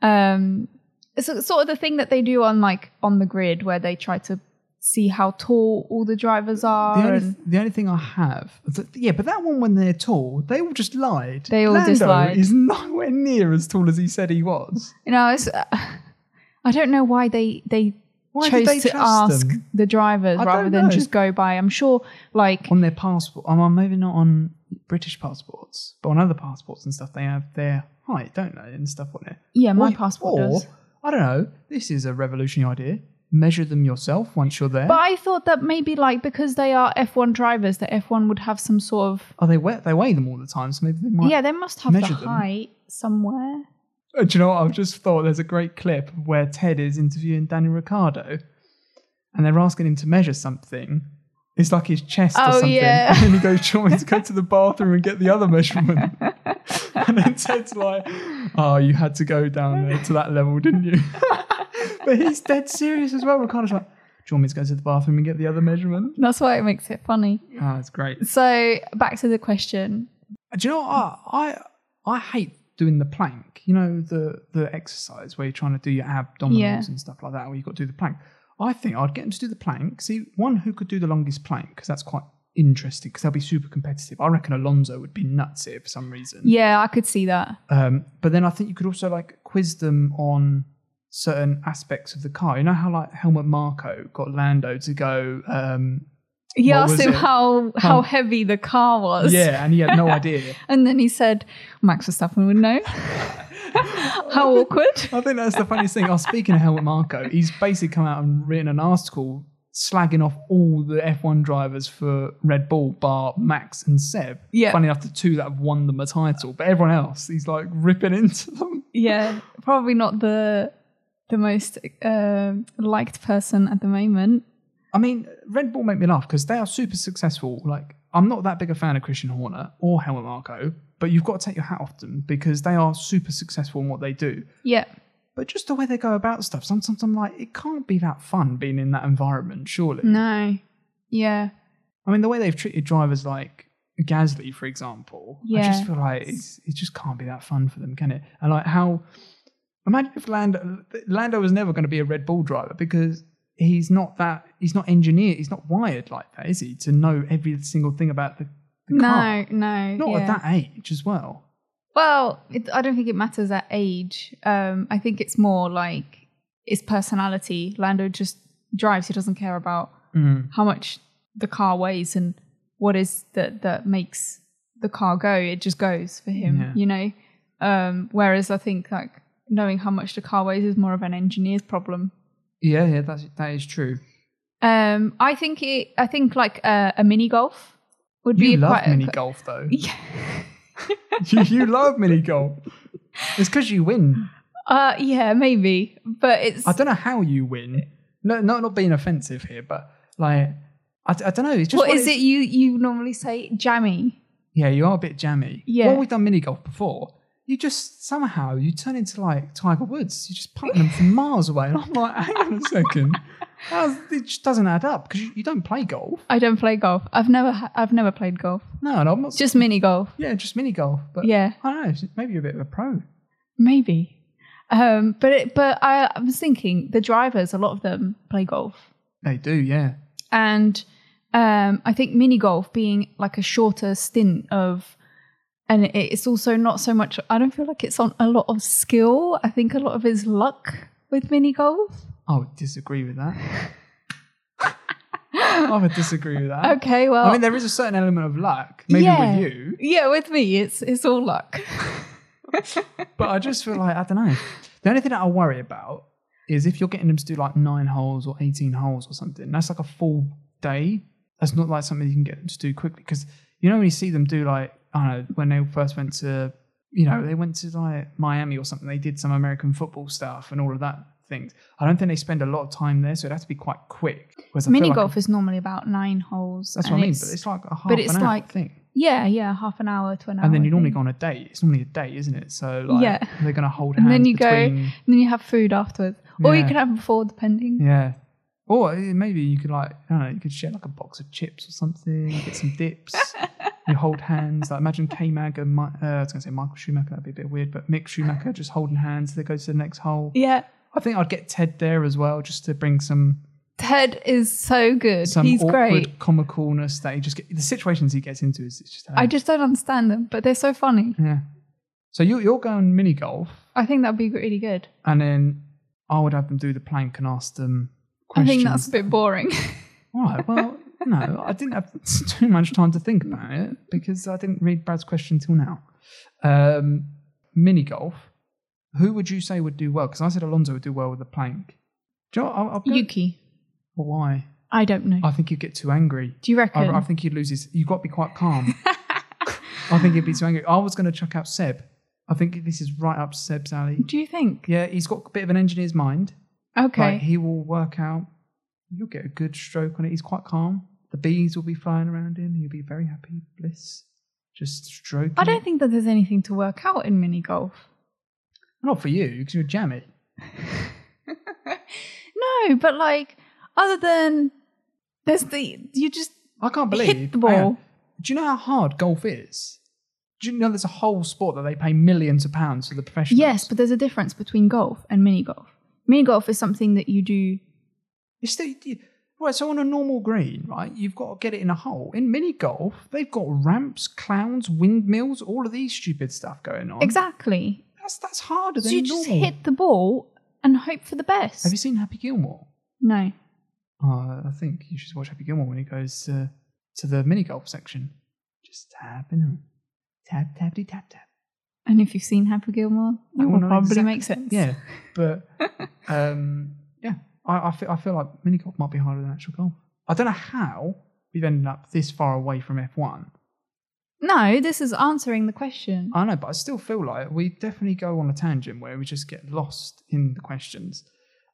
Speaker 2: Um, it's a- sort of the thing that they do on like on the grid where they try to see how tall all the drivers are.
Speaker 1: The only,
Speaker 2: and,
Speaker 1: the only thing I have, th- yeah, but that one when they're tall, they all just lied.
Speaker 2: They all
Speaker 1: Lando
Speaker 2: just lied.
Speaker 1: Is nowhere near as tall as he said he was.
Speaker 2: you know, it's, uh, I don't know why they they
Speaker 1: Why did
Speaker 2: chose
Speaker 1: they
Speaker 2: to
Speaker 1: trust
Speaker 2: ask
Speaker 1: them?
Speaker 2: the drivers
Speaker 1: I
Speaker 2: rather
Speaker 1: don't
Speaker 2: than
Speaker 1: know.
Speaker 2: just go by. I'm sure, like
Speaker 1: on their passport. I'm I'm maybe not on British passports, but on other passports and stuff, they have their height, don't they, and stuff on it.
Speaker 2: yeah, my
Speaker 1: Or-
Speaker 2: passport
Speaker 1: or,
Speaker 2: does.
Speaker 1: I don't know. This is a revolutionary idea. Measure them yourself once you're there.
Speaker 2: But I thought that maybe like because they are F1 drivers, that F1 would have some sort of
Speaker 1: oh, they weigh, they weigh them all the time, so maybe they might.
Speaker 2: yeah. They must have the
Speaker 1: measure them.
Speaker 2: height somewhere.
Speaker 1: Uh, Do you know what? I've just thought there's a great clip where Ted is interviewing Daniel Ricciardo and they're asking him to measure something. It's like his chest
Speaker 2: Oh,
Speaker 1: or something.
Speaker 2: yeah.
Speaker 1: And then he goes, Do you want me to go to the bathroom and get the other measurement? and then Ted's like, Oh, you had to go down there to that level, didn't you? but he's dead serious as well. Ricciardo's like, Do you want me to go to the bathroom and get the other measurement?
Speaker 2: That's why it makes it funny.
Speaker 1: Oh, it's great.
Speaker 2: So back to the question.
Speaker 1: Do you know what? I, I I hate doing the plank. You know the the exercise where you're trying to do your abdominals
Speaker 2: Yeah.
Speaker 1: and stuff like that, where you've got to do the plank. I think I'd get them to do the plank. See, one who could do the longest plank because that's quite interesting because they'll be super competitive. I reckon Alonso would be nuts here for some reason.
Speaker 2: Yeah, I could see that.
Speaker 1: Um, but then I think you could also like quiz them on certain aspects of the car. You know how like Helmut Marco got Lando to go. Um,
Speaker 2: He
Speaker 1: What
Speaker 2: asked
Speaker 1: was
Speaker 2: him
Speaker 1: it?
Speaker 2: how how
Speaker 1: Huh.
Speaker 2: heavy the car was.
Speaker 1: yeah, and he had no idea.
Speaker 2: And then he said, Max Verstappen would know. how awkward.
Speaker 1: I think that's the funniest thing. I was speaking to Helmut Marco. He's basically come out and written an article slagging off all the F1 drivers for Red Bull, bar Max and Seb.
Speaker 2: Yeah.
Speaker 1: Funny enough, the two that have won them a title, but everyone else, he's like ripping into them.
Speaker 2: yeah, probably not the the most uh, liked person at the moment.
Speaker 1: I mean, Red Bull make me laugh because they are super successful. Like, I'm not that big a fan of Christian Horner or Helmut Marco, but you've got to take your hat off them because they are super successful in what they do.
Speaker 2: Yeah,
Speaker 1: But just the way they go about stuff, sometimes I'm like, it can't be that fun being in that environment, surely.
Speaker 2: no, yeah,
Speaker 1: I mean, the way they've treated drivers like Gasly, for example, I
Speaker 2: Yeah.
Speaker 1: just feel like it's, it just can't be that fun for them, can it? And like how, imagine if Lando, Lando was never going to be a Red Bull driver because he's not that, he's not engineered, he's not wired like that, is he? To know every single thing about the, the car.
Speaker 2: no, no,
Speaker 1: Not
Speaker 2: yeah.
Speaker 1: at that age as well.
Speaker 2: Well, it, I don't think it matters at age. Um, I think it's more like his personality. Lando just drives; he doesn't care about
Speaker 1: Mm-hmm.
Speaker 2: how much the car weighs and what is that that makes the car go. It just goes for him,
Speaker 1: Yeah.
Speaker 2: you know. Um, whereas I think like knowing how much the car weighs is more of an engineer's problem.
Speaker 1: Yeah, yeah, that's, that is true.
Speaker 2: Um, I think it. I think like uh, a mini golf would be
Speaker 1: You love
Speaker 2: quite
Speaker 1: mini
Speaker 2: a,
Speaker 1: golf though.
Speaker 2: Yeah.
Speaker 1: you, you love mini golf. It's because you win.
Speaker 2: Uh, yeah, maybe, but it's
Speaker 1: I don't know how you win. No, not not being offensive here, but like I, d- I don't know. It's just
Speaker 2: what is
Speaker 1: it's-
Speaker 2: it you you normally say jammy?
Speaker 1: Yeah, you are a bit jammy.
Speaker 2: Yeah.
Speaker 1: Well, we've done mini golf before. You just somehow you turn into like Tiger Woods. You just punt them from miles away, and I'm like, hang on a second, How's, it just doesn't add up because you, you don't play golf.
Speaker 2: I don't play golf. I've never ha- I've never played golf.
Speaker 1: No, and I'm not.
Speaker 2: Just mini golf.
Speaker 1: yeah, just mini golf. But
Speaker 2: Yeah,
Speaker 1: I don't know. it's- Maybe you're a bit of a pro.
Speaker 2: maybe. Um, but it, but I, I was thinking the drivers. A lot of them play golf,
Speaker 1: They do, yeah.
Speaker 2: and um, I think mini golf being like a shorter stint of and it- it's also not so much. I don't feel like it's on a lot of skill. I think a lot of it's luck with mini golf.
Speaker 1: I would disagree with that. I would disagree with that.
Speaker 2: Okay, well,
Speaker 1: I mean, there is a certain element of luck, maybe
Speaker 2: Oh, yeah.
Speaker 1: with you,
Speaker 2: Yeah, with me, it's it's all luck.
Speaker 1: but I just feel like I don't know. The only thing that I worry about is if you're getting them to do like nine holes or eighteen holes or something. That's like a full day. That's not like something you can get them to do quickly because you know when you see them do like I don't know when they first went to you know they went to like Miami or something. They did some American football stuff and all of that things. I don't think they spend a lot of time there, so it has to be quite quick. Whereas I feel
Speaker 2: Mini
Speaker 1: like-
Speaker 2: golf is normally about nine holes.
Speaker 1: That's
Speaker 2: and
Speaker 1: what I mean.
Speaker 2: it's-
Speaker 1: But it's like a half
Speaker 2: but it's
Speaker 1: an hour
Speaker 2: like-
Speaker 1: thing.
Speaker 2: yeah, yeah, half an hour to an hour.
Speaker 1: And then you
Speaker 2: I
Speaker 1: normally
Speaker 2: think.
Speaker 1: go on a date. It's normally a date, isn't it? So like
Speaker 2: Yeah.
Speaker 1: they're gonna hold hands.
Speaker 2: And then you go-
Speaker 1: between-
Speaker 2: And then you have food afterwards, or you
Speaker 1: Yeah. Hmm.
Speaker 2: can have before, depending.
Speaker 1: Yeah. Or eh, maybe you could like I don't know, you could share like a box of chips or something, get some dips. you hold hands. Like imagine K Mag and Mi- uh, I was gonna say Michael Schumacher. That'd be a bit weird, but Mick Schumacher just holding hands. They go to the next hole.
Speaker 2: Yeah,
Speaker 1: I think I'd get Ted there as well, just to bring some
Speaker 2: Ted is so good.
Speaker 1: some
Speaker 2: He's
Speaker 1: awkward
Speaker 2: great.
Speaker 1: comicalness that he just get, the situations he gets into is it's just. uh,
Speaker 2: I just don't understand them, but they're so funny.
Speaker 1: yeah. So you you're going mini golf,
Speaker 2: I think that'd be really good.
Speaker 1: and then I would have them do the plank and ask them.
Speaker 2: I
Speaker 1: Questions.
Speaker 2: think that's a bit boring.
Speaker 1: Right. Well, no, I didn't have too much time to think about it because I didn't read Brad's question till now. Um, mini golf. Who would you say would do well? Because I said Alonso would do well with the plank. Do you know, what, I'll, I'll go-
Speaker 2: Yuki,
Speaker 1: Well, why?
Speaker 2: I don't know.
Speaker 1: I think you'd get too angry.
Speaker 2: Do you reckon?
Speaker 1: I, I think he'd lose his. You've got to be quite calm. I think he'd be too angry. I was going to chuck out Seb. I think this is right up Seb's alley.
Speaker 2: Do you think?
Speaker 1: Yeah, he's got a bit of an engineer's mind.
Speaker 2: Okay.
Speaker 1: Like he will work out. You'll get a good stroke on it. He's quite calm. The bees will be flying around him. He'll be very happy, bliss. Just stroke.
Speaker 2: I don't think that there's anything to work out in mini golf.
Speaker 1: Not for you because you're jammy.
Speaker 2: No, but like, other than there's the you just
Speaker 1: I can't believe.
Speaker 2: hit the
Speaker 1: hang on.
Speaker 2: ball.
Speaker 1: Do you know how hard golf is? Do you know there's a whole sport that they pay millions of pounds for the professionals?
Speaker 2: Yes, but there's a difference between golf and mini golf. Mini golf is something that you do.
Speaker 1: It's still, you- right, so on a normal green, right, you've got to get it in a hole. In mini golf, they've got ramps, clowns, windmills, all of these stupid stuff going on.
Speaker 2: Exactly.
Speaker 1: That's, that's harder
Speaker 2: So
Speaker 1: than
Speaker 2: you just
Speaker 1: normal.
Speaker 2: hit the ball and hope for the best.
Speaker 1: Have you seen Happy Gilmore?
Speaker 2: no.
Speaker 1: Uh, I think you should watch Happy Gilmore when he goes uh, to the mini golf section. Just tap and on. Tap, tap, tap, tap.
Speaker 2: And if you've seen Happy Gilmore, that
Speaker 1: will
Speaker 2: will
Speaker 1: know
Speaker 2: probably
Speaker 1: exact-
Speaker 2: make sense.
Speaker 1: Yeah, but um, yeah, I, I, feel, I feel like mini golf might be harder than actual golf. I don't know how we've ended up this far away from F1.
Speaker 2: No, this is answering the question.
Speaker 1: I know, but I still feel like we definitely go on a tangent where we just get lost in the questions.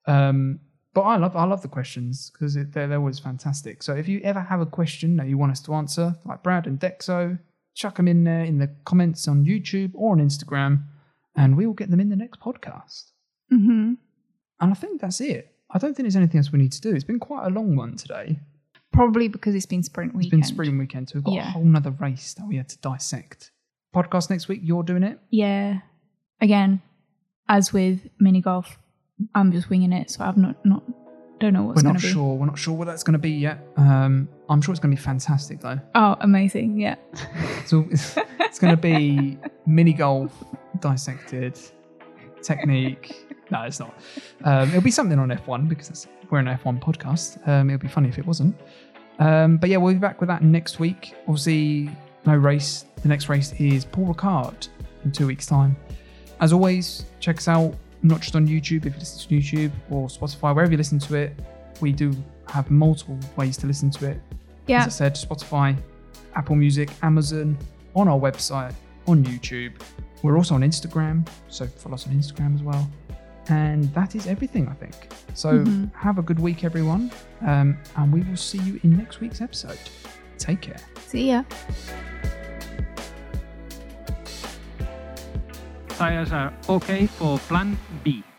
Speaker 1: Um, but I love I love the questions because they're, they're always fantastic. So if you ever have a question that you want us to answer, like Brad and Dexo, chuck them in there in the comments on YouTube or on Instagram, and we will get them in the next podcast.
Speaker 2: hmm
Speaker 1: And I think that's it. I don't think there's anything else we need to do. It's been quite a long one today.
Speaker 2: Probably because it's been sprint
Speaker 1: It's been
Speaker 2: weekend.
Speaker 1: spring weekend, so we've got a
Speaker 2: Yeah.
Speaker 1: whole nother race that we had to dissect. Podcast next week, you're doing it.
Speaker 2: Yeah. Again, as with mini golf, I'm just winging it, so I've not not don't know what's
Speaker 1: We're
Speaker 2: going
Speaker 1: not
Speaker 2: to be.
Speaker 1: sure. We're not sure what that's going to be yet. Um, I'm sure it's going to be fantastic though.
Speaker 2: Oh, amazing! Yeah.
Speaker 1: So it's going to be mini golf dissected technique. No, it's not. Um, it'll be something on F1 because that's, we're an F1 podcast. Um, it'll be funny if it wasn't. Um, but yeah, we'll be back with that next week. Obviously, no race. The next race is Paul Ricard in two weeks' time. As always, check us out not just on YouTube if you listen to YouTube or Spotify, wherever you listen to it. We do have multiple ways to listen to it
Speaker 2: Yeah.
Speaker 1: as I said, Spotify, Apple Music, Amazon, on our website, on YouTube. We're also on Instagram, so follow us on Instagram as well. And that is everything, I think. So
Speaker 2: Mhm.
Speaker 1: have a good week, everyone. Um, and we will see you in next week's episode. Take care.
Speaker 2: See ya.
Speaker 3: Tires are okay for plan B.